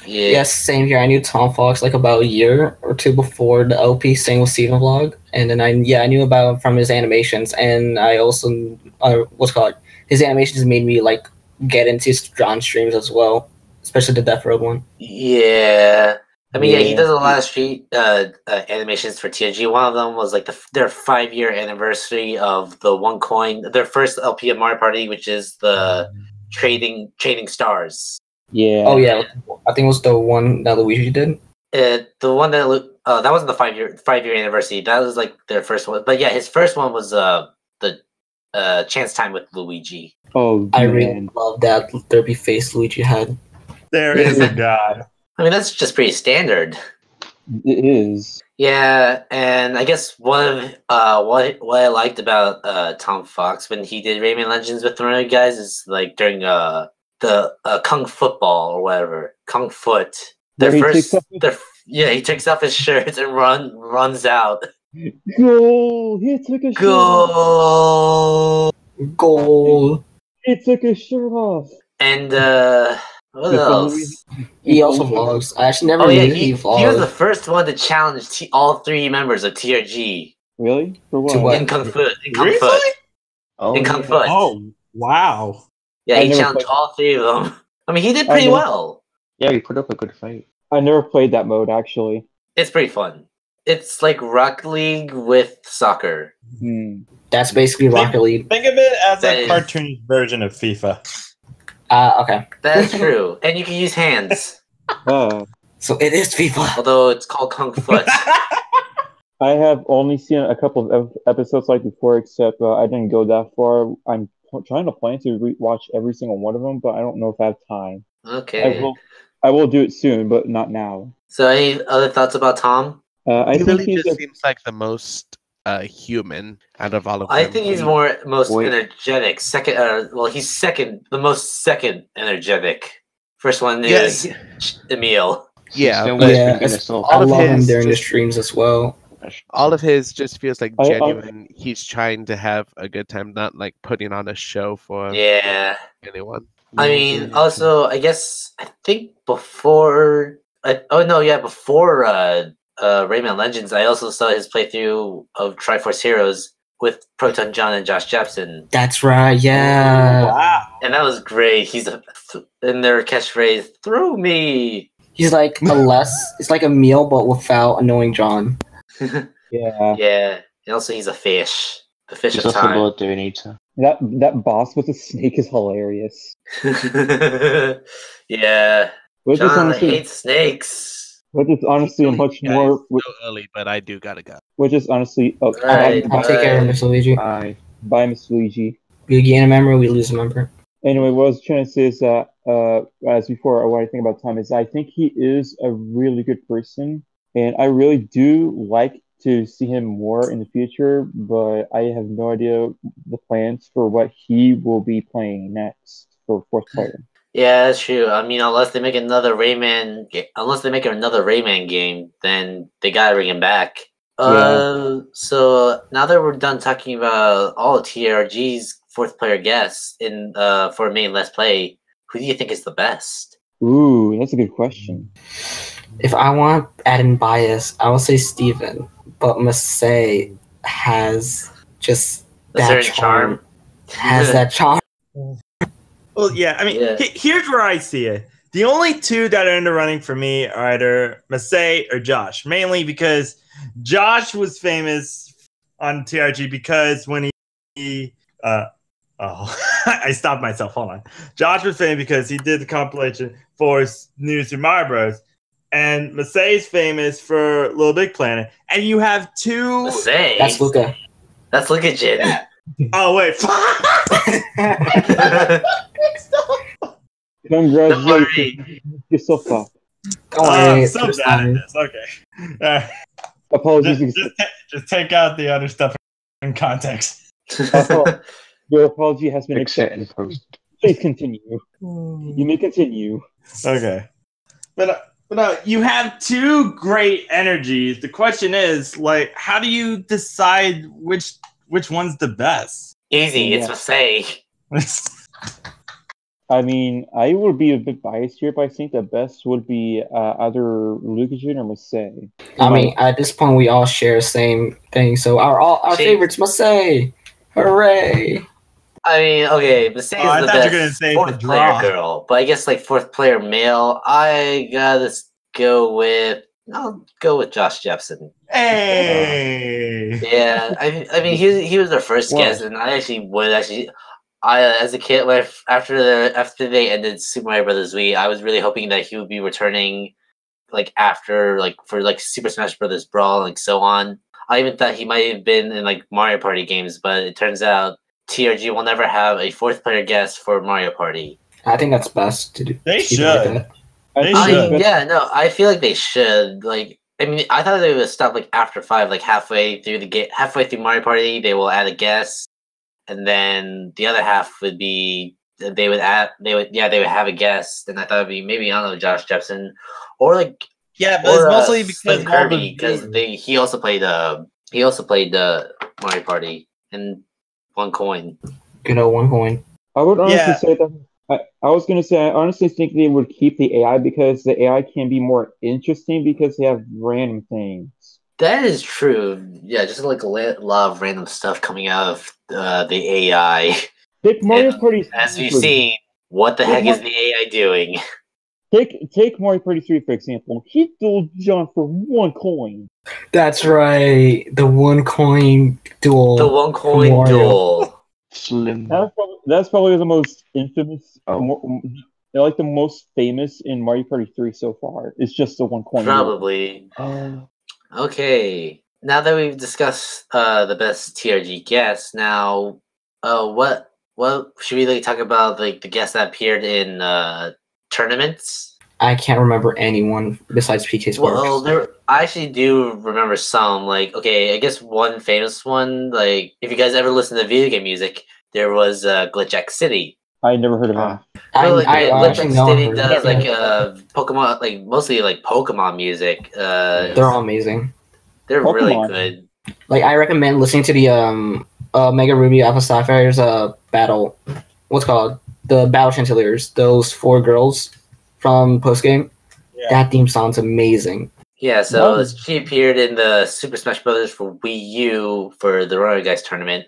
Speaker 2: Yeah.
Speaker 5: Yes, same here. I knew Tom Fox like about a year or two before the LP Sing with Steven vlog, and then I yeah I knew about him from his animations, and I also uh, what's it called his animations made me like get into John streams as well, especially the Death Road one.
Speaker 2: Yeah. I mean, yeah, he
Speaker 3: Yeah.
Speaker 2: does a lot of street uh, uh, animations for TNG. One of them was like the, f- their five year anniversary of the one coin, their first LP of Mario Party, which is the trading trading stars.
Speaker 3: Yeah.
Speaker 5: Oh yeah, I think it was the one that Luigi did.
Speaker 2: Uh, the one that lo- uh, that wasn't the five year five year anniversary. That was like their first one. But yeah, his first one was uh the uh chance time with Luigi.
Speaker 3: Oh
Speaker 5: I
Speaker 3: man.
Speaker 5: really love that derpy face Luigi had.
Speaker 8: There is a god.
Speaker 2: I mean, that's just pretty standard.
Speaker 3: it is.
Speaker 2: Yeah, and I guess one of uh what what I liked about uh Tom Fox when he did Rayman Legends with the Runner guys is like during uh the uh, Kung Football or whatever Kung Foot. Their
Speaker 3: Where he
Speaker 2: first,
Speaker 3: takes off
Speaker 2: their, yeah, he takes off his shirt and run runs out.
Speaker 3: Goal! He took a shirt. off.
Speaker 2: Go
Speaker 5: Goal.
Speaker 3: He took his shirt off.
Speaker 2: and uh what
Speaker 3: If
Speaker 2: else?
Speaker 3: only-
Speaker 5: He also vlogs. I actually never
Speaker 2: Oh yeah,
Speaker 5: knew
Speaker 2: he,
Speaker 5: he,
Speaker 2: he
Speaker 5: vlogs.
Speaker 2: was the first one to challenge t- all three members of TRG
Speaker 3: Really? For what?
Speaker 5: To what?
Speaker 2: in Kung Foot. In Kung
Speaker 8: Really?
Speaker 2: Foot.
Speaker 6: Oh,
Speaker 2: In Kung
Speaker 6: yeah.
Speaker 2: Foot.
Speaker 8: Oh wow.
Speaker 2: Yeah,
Speaker 3: I
Speaker 2: he
Speaker 3: never
Speaker 2: challenged
Speaker 3: played-
Speaker 2: all three of them. I mean, he did
Speaker 3: I
Speaker 2: pretty
Speaker 3: never-
Speaker 2: well.
Speaker 6: yeah, he put up a good fight.
Speaker 3: I never played that mode actually.
Speaker 2: It's pretty fun. It's like Rock League with soccer.
Speaker 3: Hmm.
Speaker 5: That's basically Rocket League.
Speaker 8: Think of it as
Speaker 2: That
Speaker 8: a
Speaker 2: is-
Speaker 8: cartoonish version of FIFA.
Speaker 5: Ah, okay.
Speaker 2: That's true. And you can use hands,
Speaker 3: Uh,
Speaker 5: So it is FIFA.
Speaker 2: although it's called Kung Foot.
Speaker 3: I have only seen a couple of ep- episodes like before, except uh, I didn't go that far. I'm p- trying to plan to re- watch every single one of them, but I don't know if I have time. I
Speaker 2: Okay.
Speaker 3: will. I will do it soon, but not now.
Speaker 2: So, any other thoughts about Tom?
Speaker 3: Uh, I
Speaker 4: he
Speaker 3: think
Speaker 4: really
Speaker 3: he's
Speaker 4: just
Speaker 3: a,
Speaker 4: seems like the most uh, human out of all of them.
Speaker 3: Um,
Speaker 2: I think he's more most
Speaker 6: Wait.
Speaker 2: energetic. Second, uh, well, he's second, the most second energetic. First one
Speaker 4: Yeah,
Speaker 2: is Emil.
Speaker 4: yeah,
Speaker 6: Still
Speaker 4: but
Speaker 6: was
Speaker 5: Yeah,
Speaker 6: thinking
Speaker 5: it's-
Speaker 6: itself.
Speaker 5: I
Speaker 4: All of
Speaker 5: love him
Speaker 4: his-
Speaker 5: during the streams as well.
Speaker 4: all of his just feels like
Speaker 3: I- I-
Speaker 4: genuine. he's trying to have a good time, not like putting on a show
Speaker 3: Um,
Speaker 4: for
Speaker 2: Yeah.
Speaker 4: anyone.
Speaker 2: I mean, also, I guess I think before. I, oh no, yeah, before uh, uh, Rayman Legends, I also saw his playthrough of Triforce Heroes with Proton John and Josh Jepson,
Speaker 5: That's right. Yeah.
Speaker 8: Wow.
Speaker 2: and that was great. He's a, in their catchphrase, "Through me."
Speaker 5: He's like a less. It's like a meal, but without annoying John.
Speaker 3: yeah.
Speaker 2: Yeah, and also he's a fish, the fish
Speaker 6: He's
Speaker 2: of
Speaker 6: also
Speaker 2: time.
Speaker 6: Lord Donator.
Speaker 3: That that boss with the snake is hilarious.
Speaker 2: yeah,
Speaker 3: Which is
Speaker 2: John
Speaker 3: honestly,
Speaker 2: hates snakes.
Speaker 3: Which is honestly a much
Speaker 4: Guys,
Speaker 3: more,
Speaker 4: so early, but I do gotta go.
Speaker 3: which is honestly. Oh,
Speaker 2: Alright.
Speaker 3: bye,
Speaker 5: I'll take care of Miss Luigi.
Speaker 6: I
Speaker 3: bye, Miss Luigi.
Speaker 5: We gain a member, we lose a member.
Speaker 3: Anyway, what I was trying to say is that, uh, as before, what I think about Tom is I think he is a really good person, and I really do like to see him more in the future, but I have no idea the plans for what he will be playing next for fourth player.
Speaker 2: Yeah, that's true. I mean, unless they make another Rayman, ga- unless they make another Rayman game, then they gotta bring him back. Uh, so now that we're done talking about all of TRG's fourth player guests in uh for main let's play, who do you think is the best?
Speaker 3: Ooh, that's a good question.
Speaker 5: If I want add-in bias, I will say Steven. But Masay has just
Speaker 2: The
Speaker 5: That
Speaker 2: certain
Speaker 5: charm.
Speaker 2: charm.
Speaker 5: has that charm.
Speaker 8: Well, yeah. I mean,
Speaker 2: Yeah.
Speaker 8: he- here's where I see it. The only two that are in the running for me are either Masay or Josh, mainly because Josh was famous on TRG because when he, he uh, oh, I stopped myself. Hold on. Josh was famous because he did the compilation for s- New Super Mario Bros. And Masay is famous for Little Big Planet. And you have two
Speaker 2: Let's say
Speaker 5: That's Luca.
Speaker 2: That's Luca Jin.
Speaker 8: oh wait.
Speaker 2: Don't
Speaker 3: Congratulations,
Speaker 2: worry.
Speaker 3: yourself up.
Speaker 5: Don't
Speaker 8: Oh,
Speaker 5: worry,
Speaker 8: I'm
Speaker 5: it's
Speaker 8: so
Speaker 5: just
Speaker 8: bad at
Speaker 5: fine.
Speaker 8: this. Okay. All right.
Speaker 3: Apologies,
Speaker 8: just, just, ta- just take out the other stuff in context.
Speaker 3: your apology has been
Speaker 6: fix it
Speaker 3: accepted.
Speaker 6: and post.
Speaker 3: Please continue. You may continue.
Speaker 8: Okay. But uh, but no, you have two great energies. The question is, like, how do you decide which which one's the best?
Speaker 2: Easy, it's
Speaker 3: Yeah.
Speaker 2: Masay.
Speaker 3: I mean, I would be a bit biased here, but I think the best would be uh, either Lukagen or Masay.
Speaker 5: I mean, at this point, we all share the same thing, so our all our
Speaker 2: Shame.
Speaker 5: favorites must say, "Hooray!"
Speaker 2: I mean, okay, Masay
Speaker 8: Oh, I
Speaker 2: is the
Speaker 8: thought you were
Speaker 2: best
Speaker 8: gonna say the
Speaker 2: fourth player
Speaker 8: draw.
Speaker 2: girl, but I guess like fourth player male, I gotta s- go with. I'll go with Josh Jepson.
Speaker 8: hey.
Speaker 2: Yeah, I, I mean, he he was our first
Speaker 3: Wow.
Speaker 2: guest, and I actually would actually, I uh, as a kid, when I f- after the after they ended Super Mario Brothers Wii, I was really hoping that he would be returning, like after like for like Super Smash Brothers Brawl and so on. I even thought he might have been in like Mario Party games, but it turns out TRG will never have a fourth player guest for Mario Party.
Speaker 5: I think that's best to do.
Speaker 8: They
Speaker 5: keep it like
Speaker 8: should.
Speaker 5: that.
Speaker 8: They
Speaker 3: think
Speaker 2: I,
Speaker 8: should.
Speaker 3: that's-
Speaker 2: yeah, no, I feel like they should. Like, I mean, I thought they would stop like after five, like halfway through the game, halfway through Mario Party, they will add a guest, and then the other half would be they would add they would yeah they would have a guest, and I thought it'd be maybe I don't know Josh Jepson or like
Speaker 8: Yeah,
Speaker 2: or, uh, Steve Kirby because they he also played uh he also played uh, Mario Party and one coin.
Speaker 5: Good old one coin.
Speaker 3: I would honestly
Speaker 8: Yeah.
Speaker 3: say that. I, I was going to say, I honestly think they would keep the AI because the AI can be more interesting because they have random things.
Speaker 2: That is true. Yeah, just like a la- lot of random stuff coming out of uh, the AI.
Speaker 3: Take Mario
Speaker 2: Yeah,
Speaker 3: Party
Speaker 2: As we've
Speaker 3: 3.
Speaker 2: seen, what the
Speaker 3: Well,
Speaker 2: heck is
Speaker 3: what-
Speaker 2: the AI doing?
Speaker 3: Take, take Mario Party 3, for example. He dueled John for one coin.
Speaker 5: That's right. The one coin duel.
Speaker 2: The one coin
Speaker 5: Mario.
Speaker 2: duel.
Speaker 6: Slim.
Speaker 3: That's probably, that's probably the most infamous,
Speaker 6: Oh.
Speaker 3: mo- they're like the most famous in Mario Party 3 so far. It's just the one coin. duel.
Speaker 2: Probably.
Speaker 6: Oh,
Speaker 2: Okay. Now that we've discussed uh, the best TRG guests, now uh, what what should we like talk about like the guests that appeared in uh, tournaments?
Speaker 5: I can't remember anyone besides PK Sparks.
Speaker 2: Well, there I actually do remember some. Like, okay, I guess one famous one. Like, if you guys ever listen to video game music, there was uh, Glitch X City.
Speaker 3: I never heard of him.
Speaker 2: Um,
Speaker 6: ah,
Speaker 5: I,
Speaker 2: No, like,
Speaker 5: I,
Speaker 2: uh,
Speaker 5: I
Speaker 2: Lip
Speaker 5: actually
Speaker 2: Sync
Speaker 5: know
Speaker 2: City
Speaker 5: her.
Speaker 2: does
Speaker 5: Yeah.
Speaker 2: like uh Pokemon, like mostly like Pokemon music. Uh,
Speaker 5: They're all amazing.
Speaker 2: they're really
Speaker 3: Pokemon.
Speaker 2: good.
Speaker 5: Like I recommend listening to the um uh Mega Ruby Alpha Sapphire's uh battle. What's it called the Battle Chanteliers? Those four girls from post game.
Speaker 8: Yeah.
Speaker 5: That theme sounds amazing.
Speaker 2: Yeah, so
Speaker 3: Love.
Speaker 2: she appeared in the Super Smash Brothers for Wii U for the Runaway Guys tournament.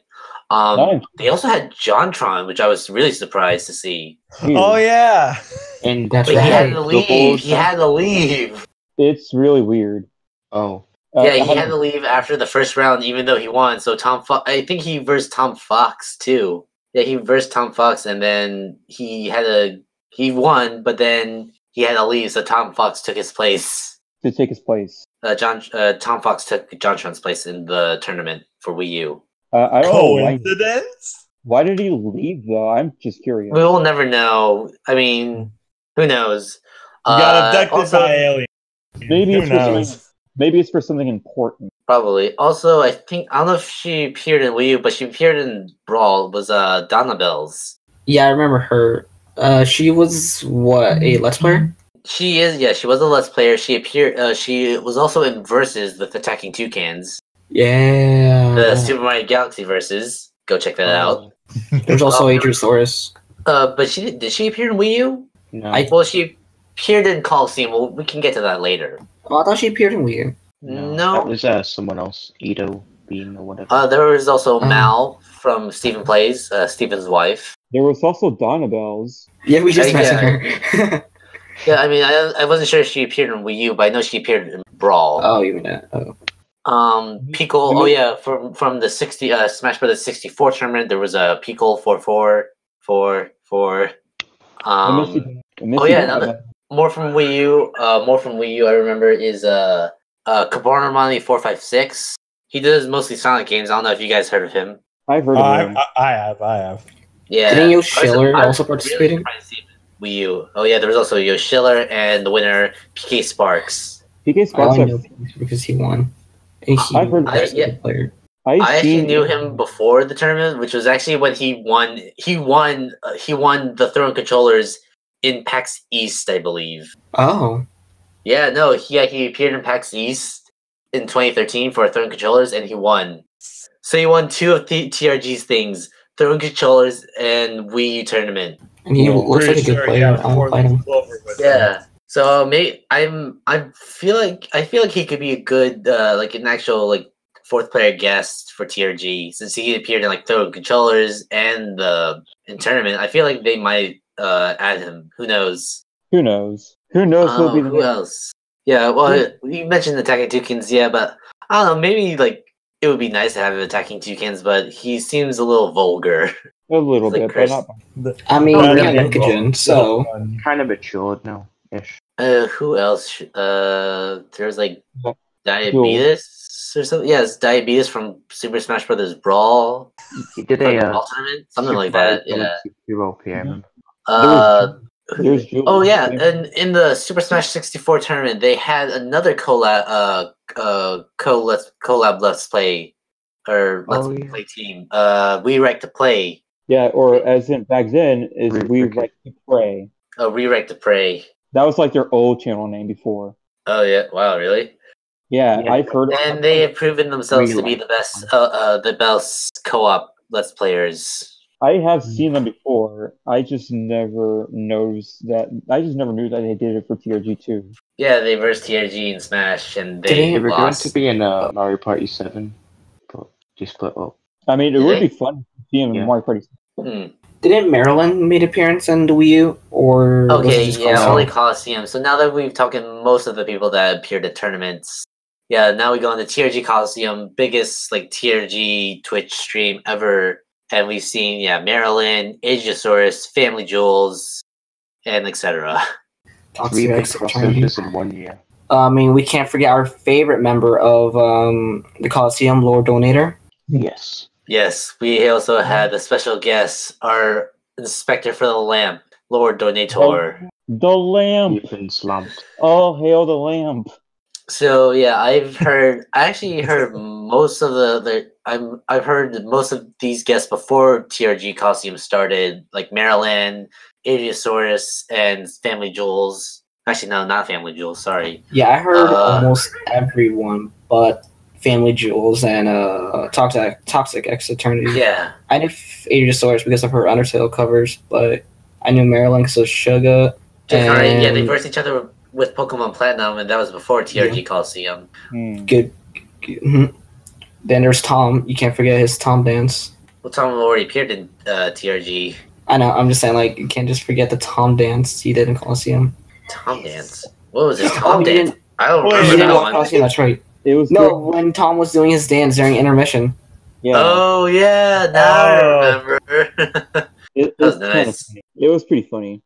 Speaker 2: Um,
Speaker 3: Nice.
Speaker 2: They also had JonTron, which I was really surprised to see.
Speaker 8: Oh yeah.
Speaker 6: and
Speaker 5: That's
Speaker 2: But he had
Speaker 5: right.
Speaker 2: to
Speaker 6: The whole
Speaker 2: leave. He had to leave.
Speaker 3: It's really weird.
Speaker 6: oh,
Speaker 3: Uh,
Speaker 2: yeah,
Speaker 3: I
Speaker 2: he had
Speaker 3: haven't-
Speaker 2: to leave after the first round, even though he won. So Tom, Fo- I think he versed Tom Fox too. Yeah, he versed Tom Fox, and then he had a he won, but then he had to leave, so Tom Fox took his place.
Speaker 3: to take his place.
Speaker 2: Uh, John uh, Tom Fox took Johntron's place in the tournament for Wii U.
Speaker 3: Uh, I don't know why,
Speaker 8: Oh, Coincidence?
Speaker 3: why did he leave though. I'm just curious.
Speaker 2: We will never know. I mean, who knows?
Speaker 8: You got abducted
Speaker 2: Uh, also-
Speaker 8: by aliens.
Speaker 3: Maybe
Speaker 8: Who
Speaker 3: it's just-
Speaker 8: knows?
Speaker 3: Maybe it's for something important.
Speaker 2: Probably. Also, I think I don't know if she appeared in Wii U, but she appeared in Brawl. Was uh Donna Bells?
Speaker 5: Yeah, I remember her. Uh, she was what a Let's Player.
Speaker 2: She is. Yeah, she was a Let's Player. She appeared. Uh, she was also in Versus with Attacking Toucans,
Speaker 5: Yeah.
Speaker 2: the Super Mario Galaxy Versus. Go check that out.
Speaker 5: There's also Adriosaurus.
Speaker 2: Uh, but she did she appear in Wii U?
Speaker 6: No.
Speaker 5: I-
Speaker 2: Well, she appeared in Coliseum. Well, we can get to that later.
Speaker 5: Oh, I thought she appeared in Wii U.
Speaker 2: No.
Speaker 6: That was uh, someone else, Ito Bean or whatever.
Speaker 2: Uh, there was also
Speaker 5: Um.
Speaker 2: Mal from Stephen Plays, uh, Stephen's wife.
Speaker 3: There was also Donabelle's.
Speaker 5: Yeah, we just
Speaker 2: Yeah.
Speaker 5: mentioned her.
Speaker 2: Yeah, I mean, I, I wasn't sure if she appeared in Wii U, but I know she appeared in Brawl.
Speaker 5: oh, you mean that? Oh.
Speaker 2: Um,
Speaker 3: Mm-hmm.
Speaker 2: Pickle. Oh yeah, from from the sixty uh, Smash Brothers sixty four tournament, there was a Pickle four four four four.
Speaker 3: I missed
Speaker 2: Um,
Speaker 3: you- I missed
Speaker 2: oh,
Speaker 3: you,
Speaker 2: yeah,
Speaker 3: Donabelle.
Speaker 2: more from Wii U. Uh, more from Wii U. I remember is uh uh Kabarnamani four five six. He does mostly Sonic games. I don't know if you guys heard of him.
Speaker 3: I've heard
Speaker 8: Uh,
Speaker 3: of
Speaker 8: I,
Speaker 3: him.
Speaker 8: I- I have, I have.
Speaker 2: Yeah,
Speaker 5: Didn't Yo
Speaker 2: I was-
Speaker 5: Schiller
Speaker 2: I was
Speaker 5: also
Speaker 2: really
Speaker 5: participating?
Speaker 2: surprised to see him in Wii U. Oh yeah, there was also Yo Schiller and the winner PK Sparks.
Speaker 3: PK
Speaker 5: I only
Speaker 3: Sparks.
Speaker 5: know because he won. And he
Speaker 3: I've heard-
Speaker 5: was a good
Speaker 2: I-
Speaker 5: player.
Speaker 3: I've,
Speaker 2: I
Speaker 3: seen,
Speaker 2: actually knew him before the tournament, which was actually when he won. He won. Uh, he won the throne controllers in PAX East, I believe.
Speaker 5: Oh,
Speaker 2: Yeah, no, he yeah, he appeared in PAX East in 2013 for throne controllers, and he won. So he won two of T- TRG's things: throne controllers and Wii U tournament.
Speaker 5: and he looks like a
Speaker 8: Pretty
Speaker 5: good
Speaker 8: sure he
Speaker 5: player.
Speaker 8: had
Speaker 5: I want
Speaker 8: four
Speaker 5: to fight him.
Speaker 8: leaves clover with him.
Speaker 2: Yeah. So may I'm I feel like I feel like he could be a good uh, like an actual like fourth player guest for TRG since he appeared in like throwing controllers and the in tournament. I feel like they might uh add him. Who knows?
Speaker 3: Who knows? Who knows
Speaker 2: Um,
Speaker 3: who'll be the
Speaker 2: who
Speaker 3: next?
Speaker 2: else? Yeah, well you mentioned attacking toucans, yeah, but I don't know, maybe like it would be nice to have him attacking toucans, but he seems a little vulgar.
Speaker 3: A little
Speaker 2: Like
Speaker 3: bit,
Speaker 2: Chris.
Speaker 3: but not.
Speaker 5: I mean,
Speaker 8: Oh,
Speaker 5: we
Speaker 8: yeah,
Speaker 5: have
Speaker 8: yeah.
Speaker 5: Ninkajin, so
Speaker 6: kind of matured now ish.
Speaker 2: Uh, who else? sh- Uh, there's like
Speaker 3: Well,
Speaker 2: diabetes or something. Yes, diabetes from Super Smash Brothers Brawl.
Speaker 6: He did
Speaker 2: or
Speaker 6: a
Speaker 2: the
Speaker 6: uh,
Speaker 2: Brawl tournament, something like that. Yeah.
Speaker 6: Hero PM.
Speaker 2: Uh,
Speaker 3: There's Jules.
Speaker 2: oh yeah, and in the Super Smash 64 tournament, they had another collab, uh, uh, co let's collab let's play or let's
Speaker 6: Oh, yeah.
Speaker 2: play team. Uh, we right to play.
Speaker 3: Yeah, or as in back then is
Speaker 6: Re-
Speaker 3: we
Speaker 6: Re-
Speaker 3: like to pray.
Speaker 2: Oh, rewrite to pray.
Speaker 3: That was like their old channel name before.
Speaker 2: Oh yeah! Wow, really?
Speaker 3: Yeah,
Speaker 6: Yeah.
Speaker 3: I've heard.
Speaker 2: And they have proven themselves to be
Speaker 6: Rewrite.
Speaker 2: the best, uh, uh, the best co-op let's players.
Speaker 3: I have seen them before. I just never noticed that. I just never knew that they did it for TRG two.
Speaker 2: Yeah, they versed TRG and Smash, and
Speaker 5: Did
Speaker 2: they
Speaker 5: he
Speaker 6: They were going
Speaker 2: lost.
Speaker 6: to be in uh, Mario Party Seven, but they split up.
Speaker 3: I mean, it would
Speaker 2: Really?
Speaker 3: be fun to see them
Speaker 6: Yeah.
Speaker 3: in Mario Party.
Speaker 2: Hmm.
Speaker 5: didn't Marilyn made appearance on the Wii U? Or was it
Speaker 2: Okay,
Speaker 5: just
Speaker 2: yeah,
Speaker 5: Coliseum?
Speaker 2: only Coliseum. So now that we've talked most of the people that appeared at tournaments, yeah, now we go into TRG Coliseum, biggest like TRG Twitch stream ever, and we've seen yeah Marilyn, Aegiosaurus, Family Jewels, and etc.
Speaker 6: Three
Speaker 5: Toxic
Speaker 6: big
Speaker 5: X Eternity.
Speaker 6: crossovers in one year.
Speaker 5: Uh, I mean, we can't forget our favorite member of um, the Coliseum, Lord Donator.
Speaker 6: Yes.
Speaker 2: Yes, we also had a special guest, our inspector for the lamp, Lord Donator.
Speaker 3: The lamp.
Speaker 6: You've been slumped.
Speaker 3: Oh, hail the lamp.
Speaker 2: So yeah, I've heard. I actually heard most of the. the I'm. I've heard most of these guests before TRG Coliseum started, like Marilyn, Idiosaurus, and Family Jewels. Actually, no, not Family Jewels. Sorry.
Speaker 5: Yeah, I heard
Speaker 2: Uh,
Speaker 5: almost everyone but Family Jewels and uh, Toxic, Toxic X Eternity.
Speaker 2: Yeah.
Speaker 5: I knew Adriosaurus because of her Undertale covers, but I knew Marilyn because of Suga.
Speaker 2: Just heard- yeah, they
Speaker 5: And-
Speaker 2: versed each other with Pokemon Platinum, and that was before TRG Coliseum.
Speaker 3: Hmm.
Speaker 5: Good. mhm. Then there's Tom. You can't forget his Tom dance.
Speaker 2: Well, Tom already appeared in uh, TRG
Speaker 5: I know. I'm just saying, like, you can't just forget the Tom dance he did in Coliseum.
Speaker 2: Tom Dance. What was his Tom
Speaker 5: you
Speaker 2: Dance?
Speaker 5: didn't,
Speaker 2: I don't
Speaker 8: Wait,
Speaker 5: you
Speaker 2: remember
Speaker 5: didn't
Speaker 2: that
Speaker 5: watch
Speaker 2: one.
Speaker 5: Coliseum. That's right.
Speaker 3: It was
Speaker 5: No, when Tom was doing his dance during intermission.
Speaker 3: Yeah.
Speaker 2: Oh yeah, now
Speaker 8: Oh.
Speaker 2: I remember.
Speaker 3: it, it
Speaker 2: that was
Speaker 3: kinda
Speaker 2: nice.
Speaker 3: funny. It was pretty funny.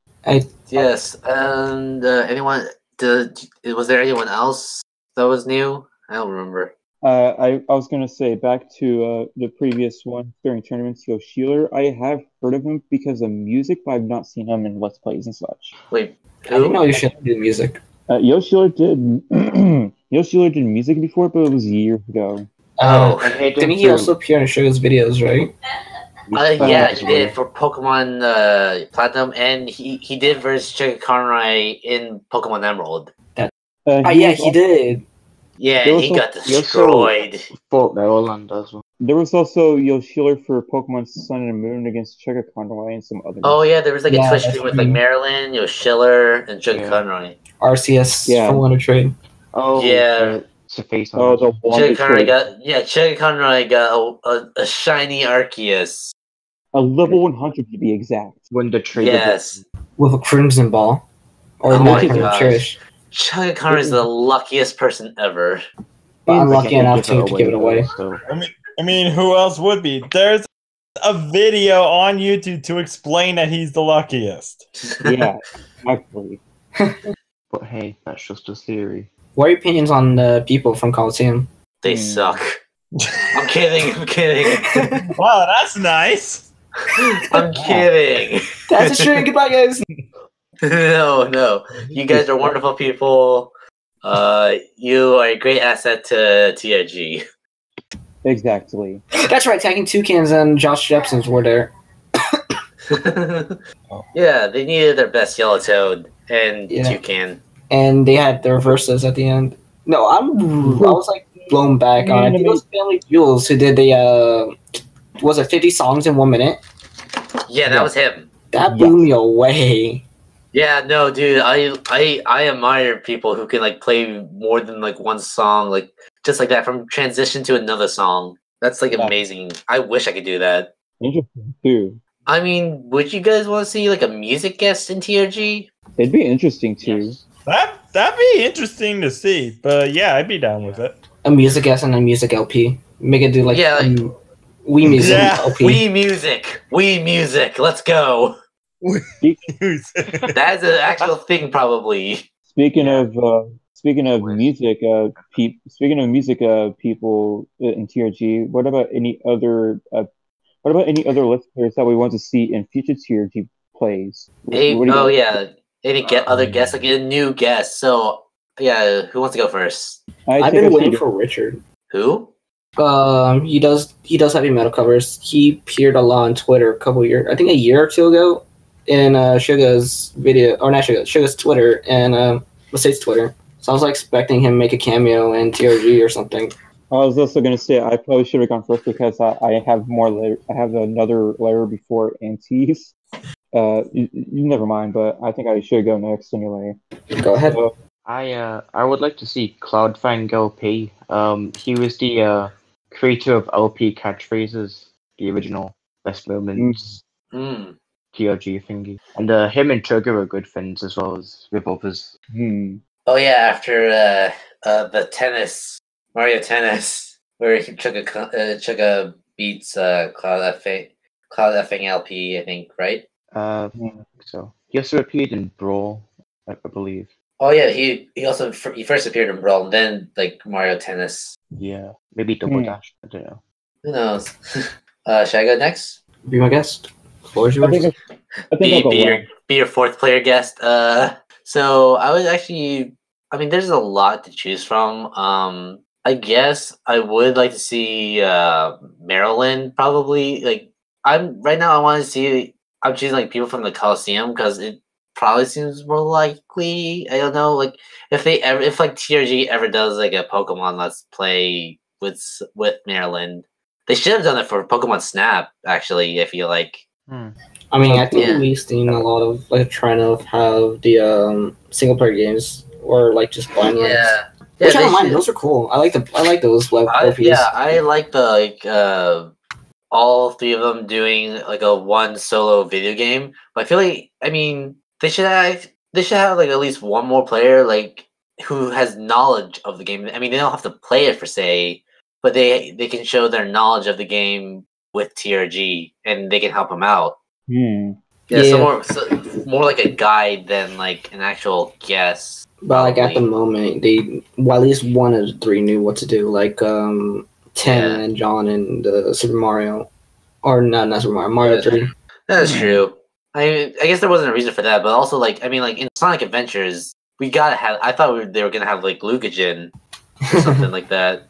Speaker 2: Yes, and uh, anyone Did, was there anyone else that was new? I don't remember.
Speaker 3: Uh, I, I was going to say back to uh, the previous one during tournaments, Yo Sheeler. I have heard of him because of music, but I've not seen him in Let's Plays and such.
Speaker 2: Wait,
Speaker 5: I didn't know
Speaker 2: who?
Speaker 5: you should do music.
Speaker 3: Uh, Yo Sheeler did Yo Sheeler did music before, but it was years ago.
Speaker 2: Oh,
Speaker 6: And he
Speaker 5: Uh, Didn't
Speaker 6: did
Speaker 5: he also appear in Sugar's videos, right?
Speaker 2: Uh,
Speaker 3: Uh,
Speaker 2: yeah, he did for Pokemon uh, Platinum, and he, he did versus Chikorita in Pokemon Emerald.
Speaker 3: Uh,
Speaker 5: Oh, yeah,
Speaker 3: was
Speaker 5: he did.
Speaker 2: Yeah,
Speaker 3: There was
Speaker 2: he
Speaker 3: some-
Speaker 2: got
Speaker 6: so-
Speaker 2: destroyed.
Speaker 6: fought Maryland as well.
Speaker 3: There was also Yo Sheeler for Pokemon Sun and Moon against Chugga Conroy and some other.
Speaker 2: Oh yeah, there was like
Speaker 5: Yeah,
Speaker 2: a Twitch
Speaker 5: that's
Speaker 2: stream with like
Speaker 5: true.
Speaker 2: Marilyn, you know, Schiller, and Jug
Speaker 6: Yeah.
Speaker 2: Conroy.
Speaker 5: RCS
Speaker 3: Yeah.
Speaker 5: from Wonder Trade.
Speaker 6: Oh
Speaker 2: Yeah.
Speaker 6: uh, It's a face on.
Speaker 3: Oh, the one
Speaker 2: Jug
Speaker 3: that
Speaker 2: Conroy
Speaker 3: showed
Speaker 2: got yeah, Jug Conroy got a, a, a shiny Arceus.
Speaker 3: a level 100 to be exact.
Speaker 6: when the trade.
Speaker 2: Yes,
Speaker 5: with a crimson ball. Or
Speaker 2: Oh
Speaker 5: oh
Speaker 2: my
Speaker 5: not even
Speaker 2: gosh.
Speaker 5: cherish.
Speaker 2: Jug Conroy is the luckiest person ever.
Speaker 5: But I'm
Speaker 6: I
Speaker 5: lucky
Speaker 6: think they
Speaker 5: enough
Speaker 6: give
Speaker 5: to, to give it away.
Speaker 6: though, So.
Speaker 8: I mean, who else would be? There's a video on YouTube to explain that he's the luckiest.
Speaker 3: Yeah, exactly.
Speaker 6: But hey, that's just a theory.
Speaker 5: What are your opinions on the people from Coliseum?
Speaker 2: They
Speaker 3: Hmm.
Speaker 2: suck. I'm kidding. I'm kidding.
Speaker 8: Wow, that's nice.
Speaker 2: I'm kidding.
Speaker 5: That's a sure. Goodbye, guys.
Speaker 2: no, no. You guys are wonderful people. Uh, you are a great asset to TRG.
Speaker 3: Exactly.
Speaker 5: That's right. Tagging Toucans and Josh Jepsons were there.
Speaker 2: yeah, they needed their best yellow toad and
Speaker 5: Yeah.
Speaker 2: toucan.
Speaker 5: and they had their verses at the end. No, I'm I was like blown back on. I think it was Family Jewels who did the uh, was it 50 songs in one minute?
Speaker 2: Yeah, that was him.
Speaker 5: That blew me away.
Speaker 2: Yeah, no, dude, I I I admire people who can like play more than like one song, like just like that from transition to another song. That's like
Speaker 3: Yeah.
Speaker 2: amazing. I wish I could do that.
Speaker 3: Interesting too.
Speaker 2: I mean, would you guys want to see like a music guest in TRG?
Speaker 3: It'd be interesting too.
Speaker 8: That that'd be interesting to see. But yeah, I'd be down with it.
Speaker 5: A music S and a music LP. Make it do like
Speaker 2: Yeah, like-
Speaker 5: um, we music
Speaker 8: Yeah,
Speaker 5: LP.
Speaker 2: We music, we music. Let's go. That's an actual thing, probably.
Speaker 3: Speaking of uh, speaking of music, uh, peop speaking of music, uh, people uh, in TRG. What about any other? Uh, what about any other list players that we want to see in future TRG plays?
Speaker 2: Hey,
Speaker 3: What do you
Speaker 2: oh
Speaker 3: guys-
Speaker 2: yeah, any get other guests, like a new guest. So yeah, who wants to go first?
Speaker 3: I
Speaker 5: I've
Speaker 3: think
Speaker 5: been
Speaker 3: I
Speaker 5: waiting
Speaker 3: should-
Speaker 5: for Richard.
Speaker 2: Who?
Speaker 5: Um, he does he does heavy metal covers. He appeared a lot on Twitter a couple years, I think a year or two ago, in uh, Suga's video or not Suga, Suga's Twitter and um, Masate's Twitter. So I was like expecting him to make a cameo in TRG or something.
Speaker 3: I was also gonna say I probably should have gone first because I, I have more layer. I have another layer before Antis. Uh, you, you, never mind. But I think I should go next anyway.
Speaker 5: Go ahead.
Speaker 6: I uh, I would like to see Cloud LP. Um, he was the uh, creator of LP catchphrases, the original best moments
Speaker 2: Hmm.
Speaker 6: TRG thingy, and uh, him and Trigger were good friends as well as with others.
Speaker 3: Hmm.
Speaker 2: Oh yeah, after uh, uh, the tennis Mario tennis, where he took a co- uh, took a beats uh, Cloud F Cloud effing LP, I think, right?
Speaker 6: Uh, so he also appeared in Brawl, I I believe.
Speaker 2: Oh yeah, he he also fir- he first appeared in Brawl, and then like Mario tennis.
Speaker 6: Yeah, maybe Double
Speaker 3: Hmm.
Speaker 6: Dash. I don't know.
Speaker 2: Who knows? uh, should I go next?
Speaker 5: Be my guest. What was
Speaker 3: I think
Speaker 5: yours?
Speaker 3: I, I think
Speaker 2: be,
Speaker 3: I'll go
Speaker 2: be your,
Speaker 3: last.
Speaker 2: be your fourth player guest. Uh, so I was actually, I mean, there's a lot to choose from. Um, I guess I would like to see uh, Maryland probably. Like I'm right now, I want to see. I'm choosing like people from the Coliseum because it probably seems more likely. I don't know, like if they ever, if like TRG ever does like a Pokemon Let's Play with s- with Maryland, they should have done it for Pokemon Snap. Actually, I feel like.
Speaker 5: I mean, I think
Speaker 2: Yeah.
Speaker 5: we've seen a lot of like trying to have the um, single player games or like just blind ones.
Speaker 2: Yeah.
Speaker 5: Which I
Speaker 2: they
Speaker 5: don't mind.
Speaker 2: should-
Speaker 5: Those are cool. I like the I like those web
Speaker 2: I,
Speaker 5: LPs.
Speaker 2: yeah, I like the like uh, all three of them doing like a one solo video game. But I feel like I mean they should have they should have like at least one more player like who has knowledge of the game. I mean they don't have to play it for say, but they they can show their knowledge of the game with TRG and they can help them out.
Speaker 3: Hmm.
Speaker 2: Yeah,
Speaker 5: Yeah.
Speaker 2: so more so more like a guide than like an actual guess.
Speaker 5: But like at the
Speaker 2: Probably.
Speaker 5: moment, they well at least one of the three knew what to do. Like um Tim
Speaker 2: Yeah.
Speaker 5: and John and uh, Super Mario, or no, not Super Mario, Mario
Speaker 2: Yeah.
Speaker 5: Three.
Speaker 2: That's true. I mean, I guess there wasn't a reason for that, but also like I mean, like in Sonic Adventures, we gotta have. I thought we were, they were gonna have like glucogen or something like that.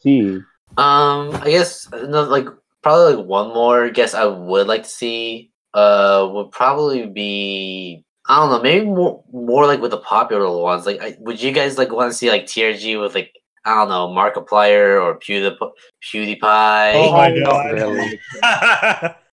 Speaker 3: See,
Speaker 2: Um, I guess no, like probably like one more guess I would like to see. Uh, would probably be I don't know, maybe more more like with the popular ones. Like, I, would you guys like want to see like TRG with like I don't know Markiplier or PewDieP- PewDiePie?
Speaker 8: Oh my
Speaker 6: Not
Speaker 8: god.
Speaker 6: really.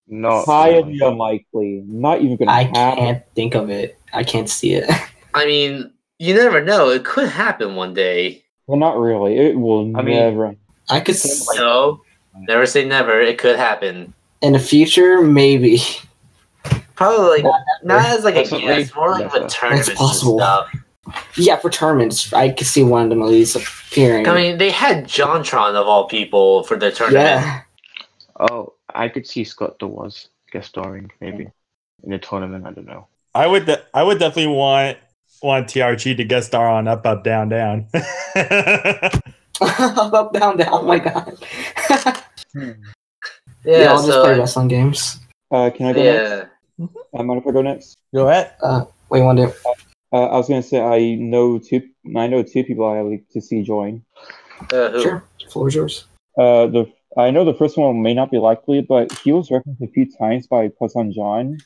Speaker 6: Not
Speaker 3: highly
Speaker 6: really.
Speaker 3: unlikely. Not even gonna
Speaker 5: I
Speaker 3: happen.
Speaker 5: can't think of it. I can't see it.
Speaker 2: I mean, you never know; it could happen one day.
Speaker 3: Well, not really. It will
Speaker 6: I mean-
Speaker 3: never.
Speaker 5: I could s-
Speaker 2: so never say never; it could happen.
Speaker 5: in the future maybe.
Speaker 2: Probably like, not as like a
Speaker 6: Definitely.
Speaker 2: guess, more like with
Speaker 6: That's
Speaker 2: tournaments and
Speaker 5: possible.
Speaker 2: stuff.
Speaker 5: Yeah, for tournaments, I could see one of them at least appearing.
Speaker 2: I mean, they had JonTron of all people for their tournament.
Speaker 5: yeah,
Speaker 6: Oh, I could see Scott the was guest starring maybe in the tournament. I don't know.
Speaker 8: I would de- I would definitely want want TRG to guest star on Up Up Down Down.
Speaker 5: up, up, down, down. Oh my god.
Speaker 2: yeah.
Speaker 5: I'll just play
Speaker 2: so
Speaker 5: wrestling games.
Speaker 3: Uh, can I go next?
Speaker 2: yeah,
Speaker 3: I mind if I go next?
Speaker 8: Go ahead.
Speaker 5: Wait, one day.
Speaker 3: Uh, I was gonna say I know two. I know two people I would like to see join.
Speaker 2: uh, who?
Speaker 5: Sure, floor is yours.
Speaker 3: Uh, the I know the first one may not be likely, but he was referenced a few times by Poisson John.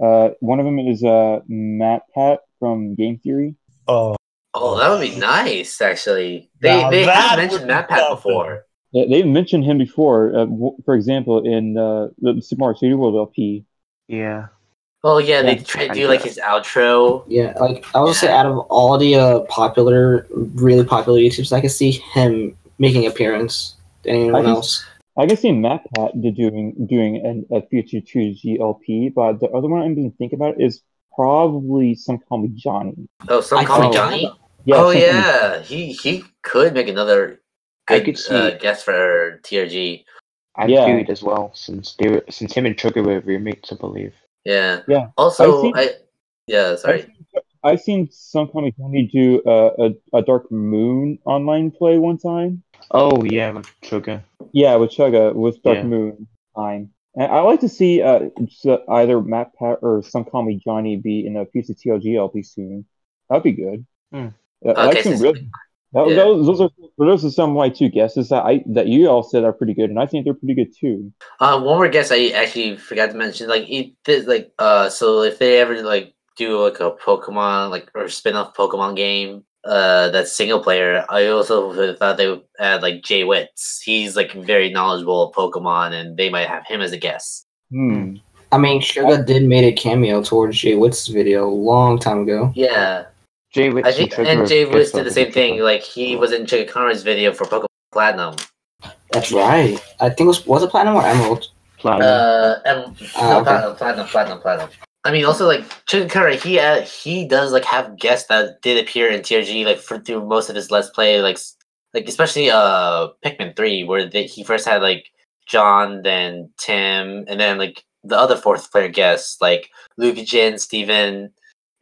Speaker 3: Uh, one of them is uh Matt Pat from Game Theory.
Speaker 8: Oh,
Speaker 2: Oh, that would be nice. Actually, they
Speaker 8: now
Speaker 2: they
Speaker 8: that
Speaker 2: have mentioned
Speaker 8: would be
Speaker 2: MatPat
Speaker 8: something.
Speaker 2: before.
Speaker 3: They they mentioned him before. Uh, w- for example, in uh, the Super Mario 3D World LP.
Speaker 6: Yeah.
Speaker 2: Oh yeah, they
Speaker 3: Yeah,
Speaker 2: try to
Speaker 6: I
Speaker 2: do like
Speaker 6: guess.
Speaker 2: his outro.
Speaker 5: Yeah, like I would say, out of all the uh, popular, really popular YouTubes, I could see him making appearance. Than
Speaker 3: I
Speaker 5: anyone
Speaker 3: can-
Speaker 5: else?
Speaker 3: I can see Matt Pat do- doing doing an, a future 2G LP, but the other one I'm going to think about is probably some Call Me Johnny.
Speaker 2: Oh, some
Speaker 5: I
Speaker 2: call
Speaker 5: think-
Speaker 2: me Johnny. oh
Speaker 3: Some Call Me-
Speaker 2: yeah, he he could make another
Speaker 6: I
Speaker 2: good
Speaker 6: could see-
Speaker 2: uh, guess for TRG.
Speaker 6: I'd
Speaker 3: Yeah.
Speaker 6: do it as well since they were, since him and Trigger were roommates, I believe.
Speaker 2: Yeah.
Speaker 3: Yeah,
Speaker 2: Also, I,
Speaker 3: think-
Speaker 2: yeah. Sorry.
Speaker 3: I've seen some Call Me Johnny do uh, a, a Dark Moon online play one time.
Speaker 6: Oh yeah, with Trigger.
Speaker 3: Yeah, with Chugga, with Dark
Speaker 6: Yeah.
Speaker 3: Moon time. And I like to see uh, s- either Matt Pat or some Call Me Johnny be in a future TLG LP soon. That'd be good.
Speaker 6: Hmm.
Speaker 3: Uh, like
Speaker 2: Okay,
Speaker 3: some
Speaker 2: so-
Speaker 3: real- that-
Speaker 2: yeah.
Speaker 3: those, those are those are some of my two guesses that I that you all said are pretty good, and I think they're pretty good too.
Speaker 2: Uh, one more guess I actually forgot to mention. Like, it, this, like, uh, so if they ever like do like a Pokemon like or spin off Pokemon game, uh, that's single player. I also would've thought they would add like Jay Witz. He's like very knowledgeable of Pokemon, and they might have him as a guest.
Speaker 3: Hmm.
Speaker 5: I mean, Sugar did made a cameo towards Jay Witt's video a long time ago.
Speaker 2: Yeah,
Speaker 6: Jay Witz
Speaker 2: I think,
Speaker 6: Trigger
Speaker 2: and
Speaker 6: were
Speaker 2: Jay
Speaker 6: guest
Speaker 2: Witz did
Speaker 6: stars
Speaker 2: the
Speaker 6: with
Speaker 2: same thing.
Speaker 6: Trigger.
Speaker 2: Like, he was in Chicken Conrad's video for Pokemon Platinum.
Speaker 5: That's right. I think it was was it Platinum or Emerald?
Speaker 6: Platinum.
Speaker 2: Uh, and
Speaker 5: Ah,
Speaker 2: no,
Speaker 5: okay.
Speaker 2: platinum, platinum, platinum, platinum. I mean, also like Chicken Curry, he uh, he does like have guests that did appear in TRG like for through most of his Let's Play, like s- like especially uh Pikmin Three, where they, he first had like John, then Tim, and then like the other fourth player guests like Luke, Jin, Steven,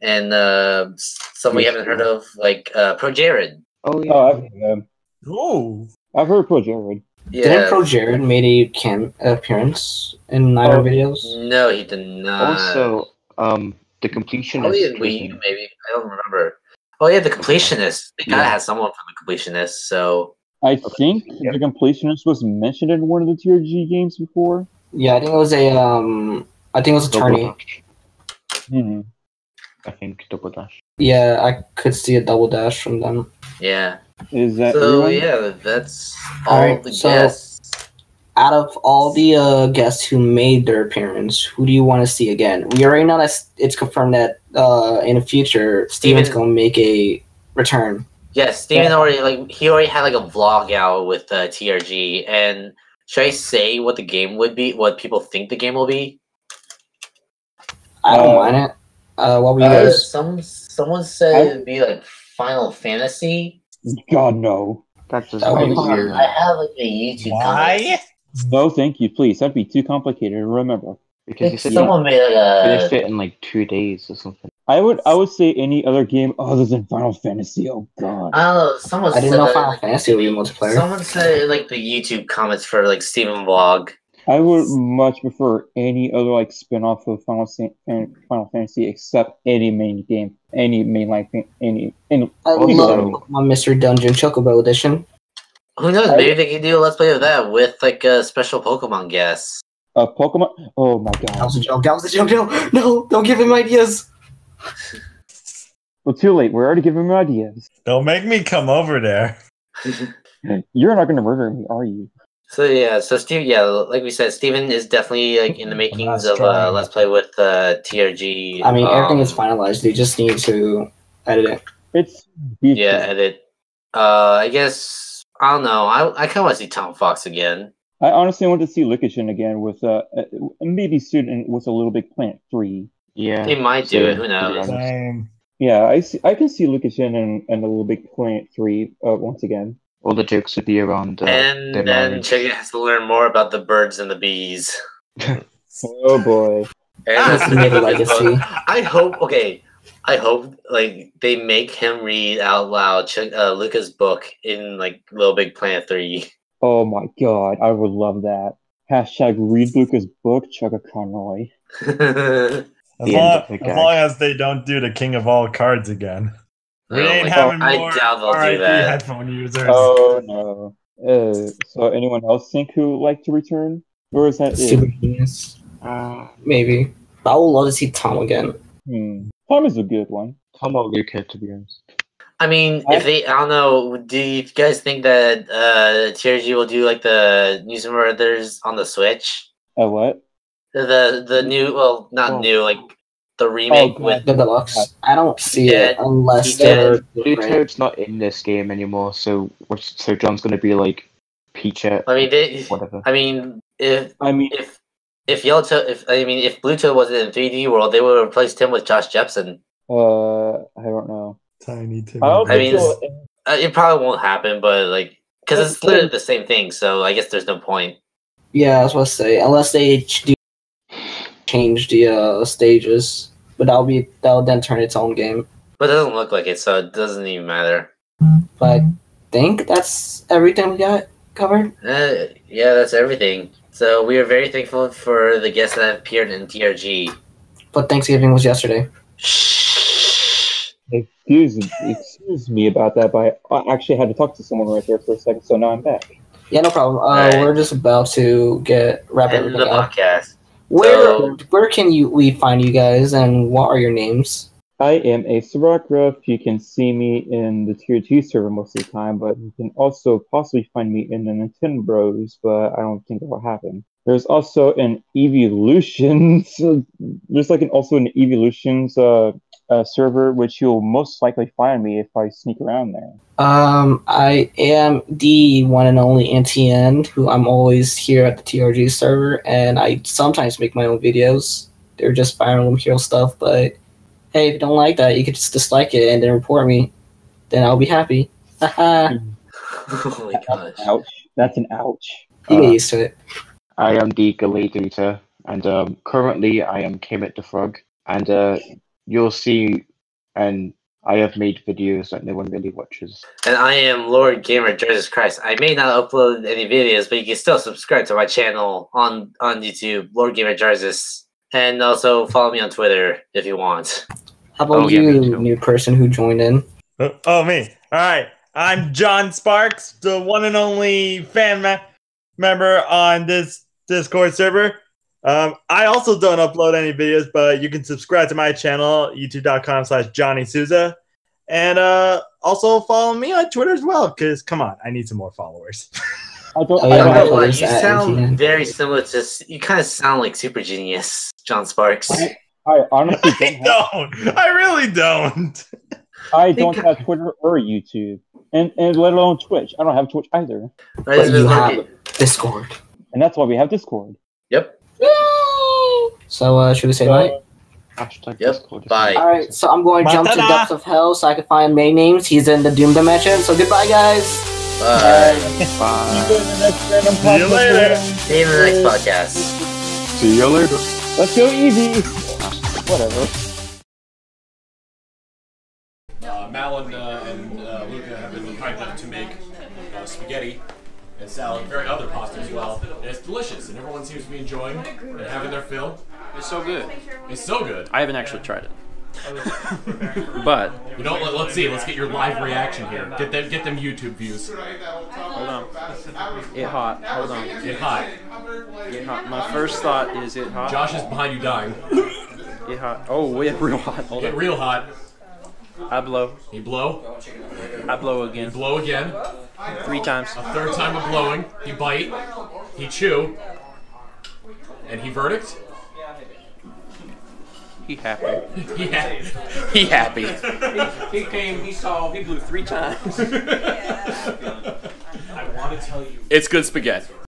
Speaker 2: and uh, s- some we haven't heard of like uh, Pro Jared.
Speaker 6: oh yeah.
Speaker 3: Oh, I've heard of them.
Speaker 8: Ooh.
Speaker 3: I've heard Pro Jared.
Speaker 5: Didn't
Speaker 2: Yeah,
Speaker 5: Pro Jared made a cam appearance in neither
Speaker 3: Oh.
Speaker 5: videos?
Speaker 2: no, he did not.
Speaker 6: also, um, the completion
Speaker 2: Probably in Wii U, maybe. I don't remember. Oh yeah, the completionist. They gotta
Speaker 6: Yeah.
Speaker 2: have someone from the completionist. So
Speaker 3: I think
Speaker 6: Yeah.
Speaker 3: the completionist was mentioned in one of the TRG games before.
Speaker 5: Yeah, I think it was a um, I think it was
Speaker 6: double
Speaker 5: Attorney.
Speaker 6: dash.
Speaker 3: hmm
Speaker 6: I think double dash.
Speaker 5: Yeah, I could see a double dash from them.
Speaker 2: yeah.
Speaker 3: Is that
Speaker 2: So
Speaker 3: everyone?
Speaker 2: yeah, that's all
Speaker 5: Alright,
Speaker 2: the
Speaker 5: so-
Speaker 2: guests.
Speaker 5: out of all the uh, guests who made their appearance, who do you want to see again? We already know that s- it's confirmed that uh, in the future, Steven's
Speaker 2: Steven.
Speaker 5: going to make a return.
Speaker 2: Yes, Steven already like he already had like a vlog out with uh, TRG. And should I say what the game would be? What people think the game will be?
Speaker 5: I don't
Speaker 3: Uh,
Speaker 5: mind it. Uh, what were you
Speaker 2: Uh,
Speaker 5: guys?
Speaker 2: some someone said it would be like Final Fantasy.
Speaker 3: God no,
Speaker 6: That's just
Speaker 5: That would be
Speaker 6: weird.
Speaker 5: weird.
Speaker 2: I have like a YouTube. comment.
Speaker 8: Why?
Speaker 3: no, thank you, please. That'd be too complicated. Remember,
Speaker 6: because
Speaker 2: think
Speaker 6: he said he
Speaker 2: someone made like a
Speaker 6: finished it in like two days or something.
Speaker 3: I would I would say any other game other than Final Fantasy. Oh god.
Speaker 2: I don't know. Someone
Speaker 5: I didn't
Speaker 2: said
Speaker 5: know
Speaker 2: that,
Speaker 5: Final
Speaker 2: like,
Speaker 5: Fantasy would be multiplayer.
Speaker 2: Someone said like the YouTube comments for like Steven Vlog.
Speaker 3: I would much prefer any other like spin-off of Final, San- and Final Fantasy except any main game, any mainline thing, any any.
Speaker 5: I
Speaker 3: Also-
Speaker 5: love my Mr. Dungeon Chocobo edition.
Speaker 2: Who knows? Maybe they can do a let's play of that with like a special Pokemon guest.
Speaker 3: Uh, Pokemon. Oh my
Speaker 5: That
Speaker 3: god.
Speaker 5: was a joke. That was a joke. No, no, don't give him ideas.
Speaker 3: Well, too late. We're already giving him ideas.
Speaker 8: Don't make me come over there.
Speaker 3: You're not gonna murder me, are you?
Speaker 2: So yeah, so Steve, yeah, like we said, Steven is definitely like in the makings
Speaker 7: Last
Speaker 2: of
Speaker 7: try.
Speaker 2: uh, let's play with uh, TRG.
Speaker 5: I mean, everything
Speaker 2: um,
Speaker 5: is finalized. They just need to edit it.
Speaker 3: It's
Speaker 2: Yeah, edit. Uh, I guess I don't know. I I kind of want to see Tom Fox again.
Speaker 3: I honestly want to see Likishin again with uh, uh maybe soon and with a Little Big Planet three.
Speaker 6: Yeah.
Speaker 2: He might do it. Who knows?
Speaker 6: Yeah.
Speaker 8: Same.
Speaker 3: Yeah, I see, I can see Likishin and, and a Little Big Planet three uh, once again.
Speaker 6: All the jokes would be around. Uh,
Speaker 2: And
Speaker 6: their
Speaker 2: then
Speaker 6: marriage.
Speaker 2: Chicken has to learn more about the birds and the bees.
Speaker 3: Oh boy.
Speaker 2: And
Speaker 8: Ah,
Speaker 2: that's the name of his
Speaker 5: legacy.
Speaker 2: book. I hope. Okay, I hope like they make him read out loud Ch- uh, Luca's book in like Little Big Planet Three.
Speaker 3: Oh my god, I would love that. Hashtag read Luca's book, Chugga Conroy.
Speaker 2: Oh
Speaker 8: As,
Speaker 6: The
Speaker 8: long,
Speaker 6: end of the
Speaker 8: as
Speaker 6: gag.
Speaker 8: long as they don't do the king of all cards again. We
Speaker 2: Oh
Speaker 8: ain't
Speaker 2: my
Speaker 8: having
Speaker 2: God,
Speaker 8: more
Speaker 2: I doubt they'll do
Speaker 8: RIP
Speaker 2: that.
Speaker 8: headphone users.
Speaker 3: Oh no. Uh, so anyone else think who would like to return? Or is that
Speaker 5: Super
Speaker 3: it?
Speaker 5: genius.
Speaker 6: uh,
Speaker 5: Maybe. But I would love to see Tom again.
Speaker 3: Hmm. Tom is a good one.
Speaker 6: Tom or Luca, to be honest.
Speaker 2: I mean,
Speaker 3: I-
Speaker 2: if they, I don't know. Do you guys think that uh, TRG will do like the News and Brothers on the Switch?
Speaker 3: Uh, what?
Speaker 2: The the new, well, not
Speaker 6: Oh.
Speaker 2: new, like the remake
Speaker 3: God.
Speaker 2: with.
Speaker 5: The deluxe. I don't see
Speaker 2: Yeah.
Speaker 5: it unless
Speaker 2: Yeah.
Speaker 5: they're different.
Speaker 6: Bluetoad's not in this game anymore, Oh, so what's, so John's gonna be like Peacher,
Speaker 2: I mean, they,
Speaker 6: whatever.
Speaker 2: I mean, if
Speaker 3: I mean,
Speaker 2: if if Yelto, if I mean, if Bluto wasn't in 3D World, they would have replaced him with Josh Jepsen.
Speaker 3: uh, I don't know.
Speaker 8: Tiny Timmy.
Speaker 3: I don't
Speaker 2: Mm, I mean,
Speaker 3: think
Speaker 2: it's-
Speaker 3: so.
Speaker 2: Uh, it probably won't happen, but like, because it's literally the same thing, so I guess there's no point.
Speaker 5: Yeah, I was about to say unless they ch- do change the uh, stages, but that'll be that'll then turn its own game.
Speaker 2: But it doesn't look like it, so it doesn't even matter.
Speaker 5: But I think that's everything we got covered.
Speaker 2: Uh, yeah, that's everything. So we are very thankful for the guests that have appeared in TRG.
Speaker 5: But Thanksgiving was yesterday.
Speaker 2: Shh.
Speaker 3: Excuse excuse me about that, but I I actually had to talk to someone right there for a second, so now I'm back.
Speaker 5: Yeah, no problem. Uh,
Speaker 2: Alright.
Speaker 5: We're just about to get wrap
Speaker 2: End
Speaker 5: everything
Speaker 2: the
Speaker 5: up.
Speaker 2: podcast.
Speaker 5: Where
Speaker 2: So-
Speaker 5: where can you we find you guys and what are your names?
Speaker 3: I am a Sorokra. You can see me in the Tier 2 server most of the time, but you can also possibly find me in the Nintendo Bros, but I don't think that will happen. There's also an Evolutions. so there's like an also an Evolutions uh, uh, server, which you'll most likely find me if I sneak around there.
Speaker 5: Um, I am the one and only NTN, who I'm always here at the TRG server, and I sometimes make my own videos. They're just Fire Emblem Hero stuff, but hey, if you don't like that, you could just dislike it and then report me. Then I'll be happy.
Speaker 4: Uh,
Speaker 5: Haha,
Speaker 2: oh my gosh.
Speaker 3: Ouch. That's an ouch.
Speaker 5: you get
Speaker 6: Uh,
Speaker 5: used to it.
Speaker 6: I am the Galate Eater, and um, currently I am Kemet the Frog, and uh, you'll see, and I have made videos that no one really watches.
Speaker 2: And I am Lord Gamer Jesus Christ. I may not upload any videos, but you can still subscribe to my channel on on YouTube, Lord Gamer Jesus, and also follow me on Twitter if you want.
Speaker 5: How about
Speaker 4: Oh, yeah, me
Speaker 5: you,
Speaker 4: too.
Speaker 5: new person who joined in?
Speaker 8: Oh, oh, me. All right. I'm John Sparks, the one and only fan me- member on this Discord server. Um, I also don't upload any videos, but you can subscribe to my channel, youtube.com slash Johnny Souza. And uh, also follow me on Twitter as well, because come on, I need some more followers.
Speaker 3: I don't,
Speaker 5: Oh,
Speaker 3: I
Speaker 5: yeah,
Speaker 2: I
Speaker 3: don't
Speaker 2: don't
Speaker 5: my
Speaker 3: have
Speaker 2: know why,
Speaker 5: Twitter's
Speaker 2: you
Speaker 5: at NTN.
Speaker 2: sound very similar to s- you kind of sound like Super Genius, John Sparks.
Speaker 3: I honestly don't
Speaker 8: I
Speaker 3: have,
Speaker 8: don't. I really don't.
Speaker 3: I don't have Twitter or YouTube, and, and let alone Twitch. I don't have Twitch either,
Speaker 2: Right, this
Speaker 5: you
Speaker 2: is
Speaker 5: have-
Speaker 2: like-
Speaker 5: Discord.
Speaker 3: and that's why we have Discord.
Speaker 2: Yep.
Speaker 5: So uh, should we say
Speaker 3: So-
Speaker 5: bye?
Speaker 2: Yep,
Speaker 6: Hashtag Discord.
Speaker 2: bye.
Speaker 5: All right, so I'm going to jump to the
Speaker 8: Matata.
Speaker 5: depths of hell so I can find May names. He's in the Doom Dimension. So goodbye, guys.
Speaker 2: Bye.
Speaker 6: Bye.
Speaker 3: See you in the next random
Speaker 8: See you
Speaker 3: podcast.
Speaker 8: later.
Speaker 2: See you in the next podcast.
Speaker 6: See you later.
Speaker 9: Let's go easy. Whatever.
Speaker 8: Uh, Mal and, uh, and uh, Luca have been kind enough to make uh, spaghetti and salad, very other pasta as well. And it's delicious, and everyone seems to be enjoying and having their fill.
Speaker 3: It's so good.
Speaker 8: It's so good.
Speaker 3: I haven't actually tried it. but
Speaker 8: You know, let, let's see. Let's get your live reaction here. Get them, get them YouTube views.
Speaker 3: hold on. It hot. Hold on.
Speaker 8: Get hot.
Speaker 3: It hot. My first thought is it hot.
Speaker 8: Josh is behind you dying.
Speaker 3: It hot. Oh, yeah, real hot. Hold
Speaker 8: Get
Speaker 3: on.
Speaker 8: real hot.
Speaker 3: I blow.
Speaker 8: You blow.
Speaker 3: I blow again.
Speaker 8: Blow again.
Speaker 3: Three times.
Speaker 8: A third time of blowing. You bite. He chew. And he verdict.
Speaker 3: He happy.
Speaker 8: He ha-
Speaker 3: He happy. he, he came. He saw. He blew three times.
Speaker 8: I want to tell you.
Speaker 3: It's good spaghetti.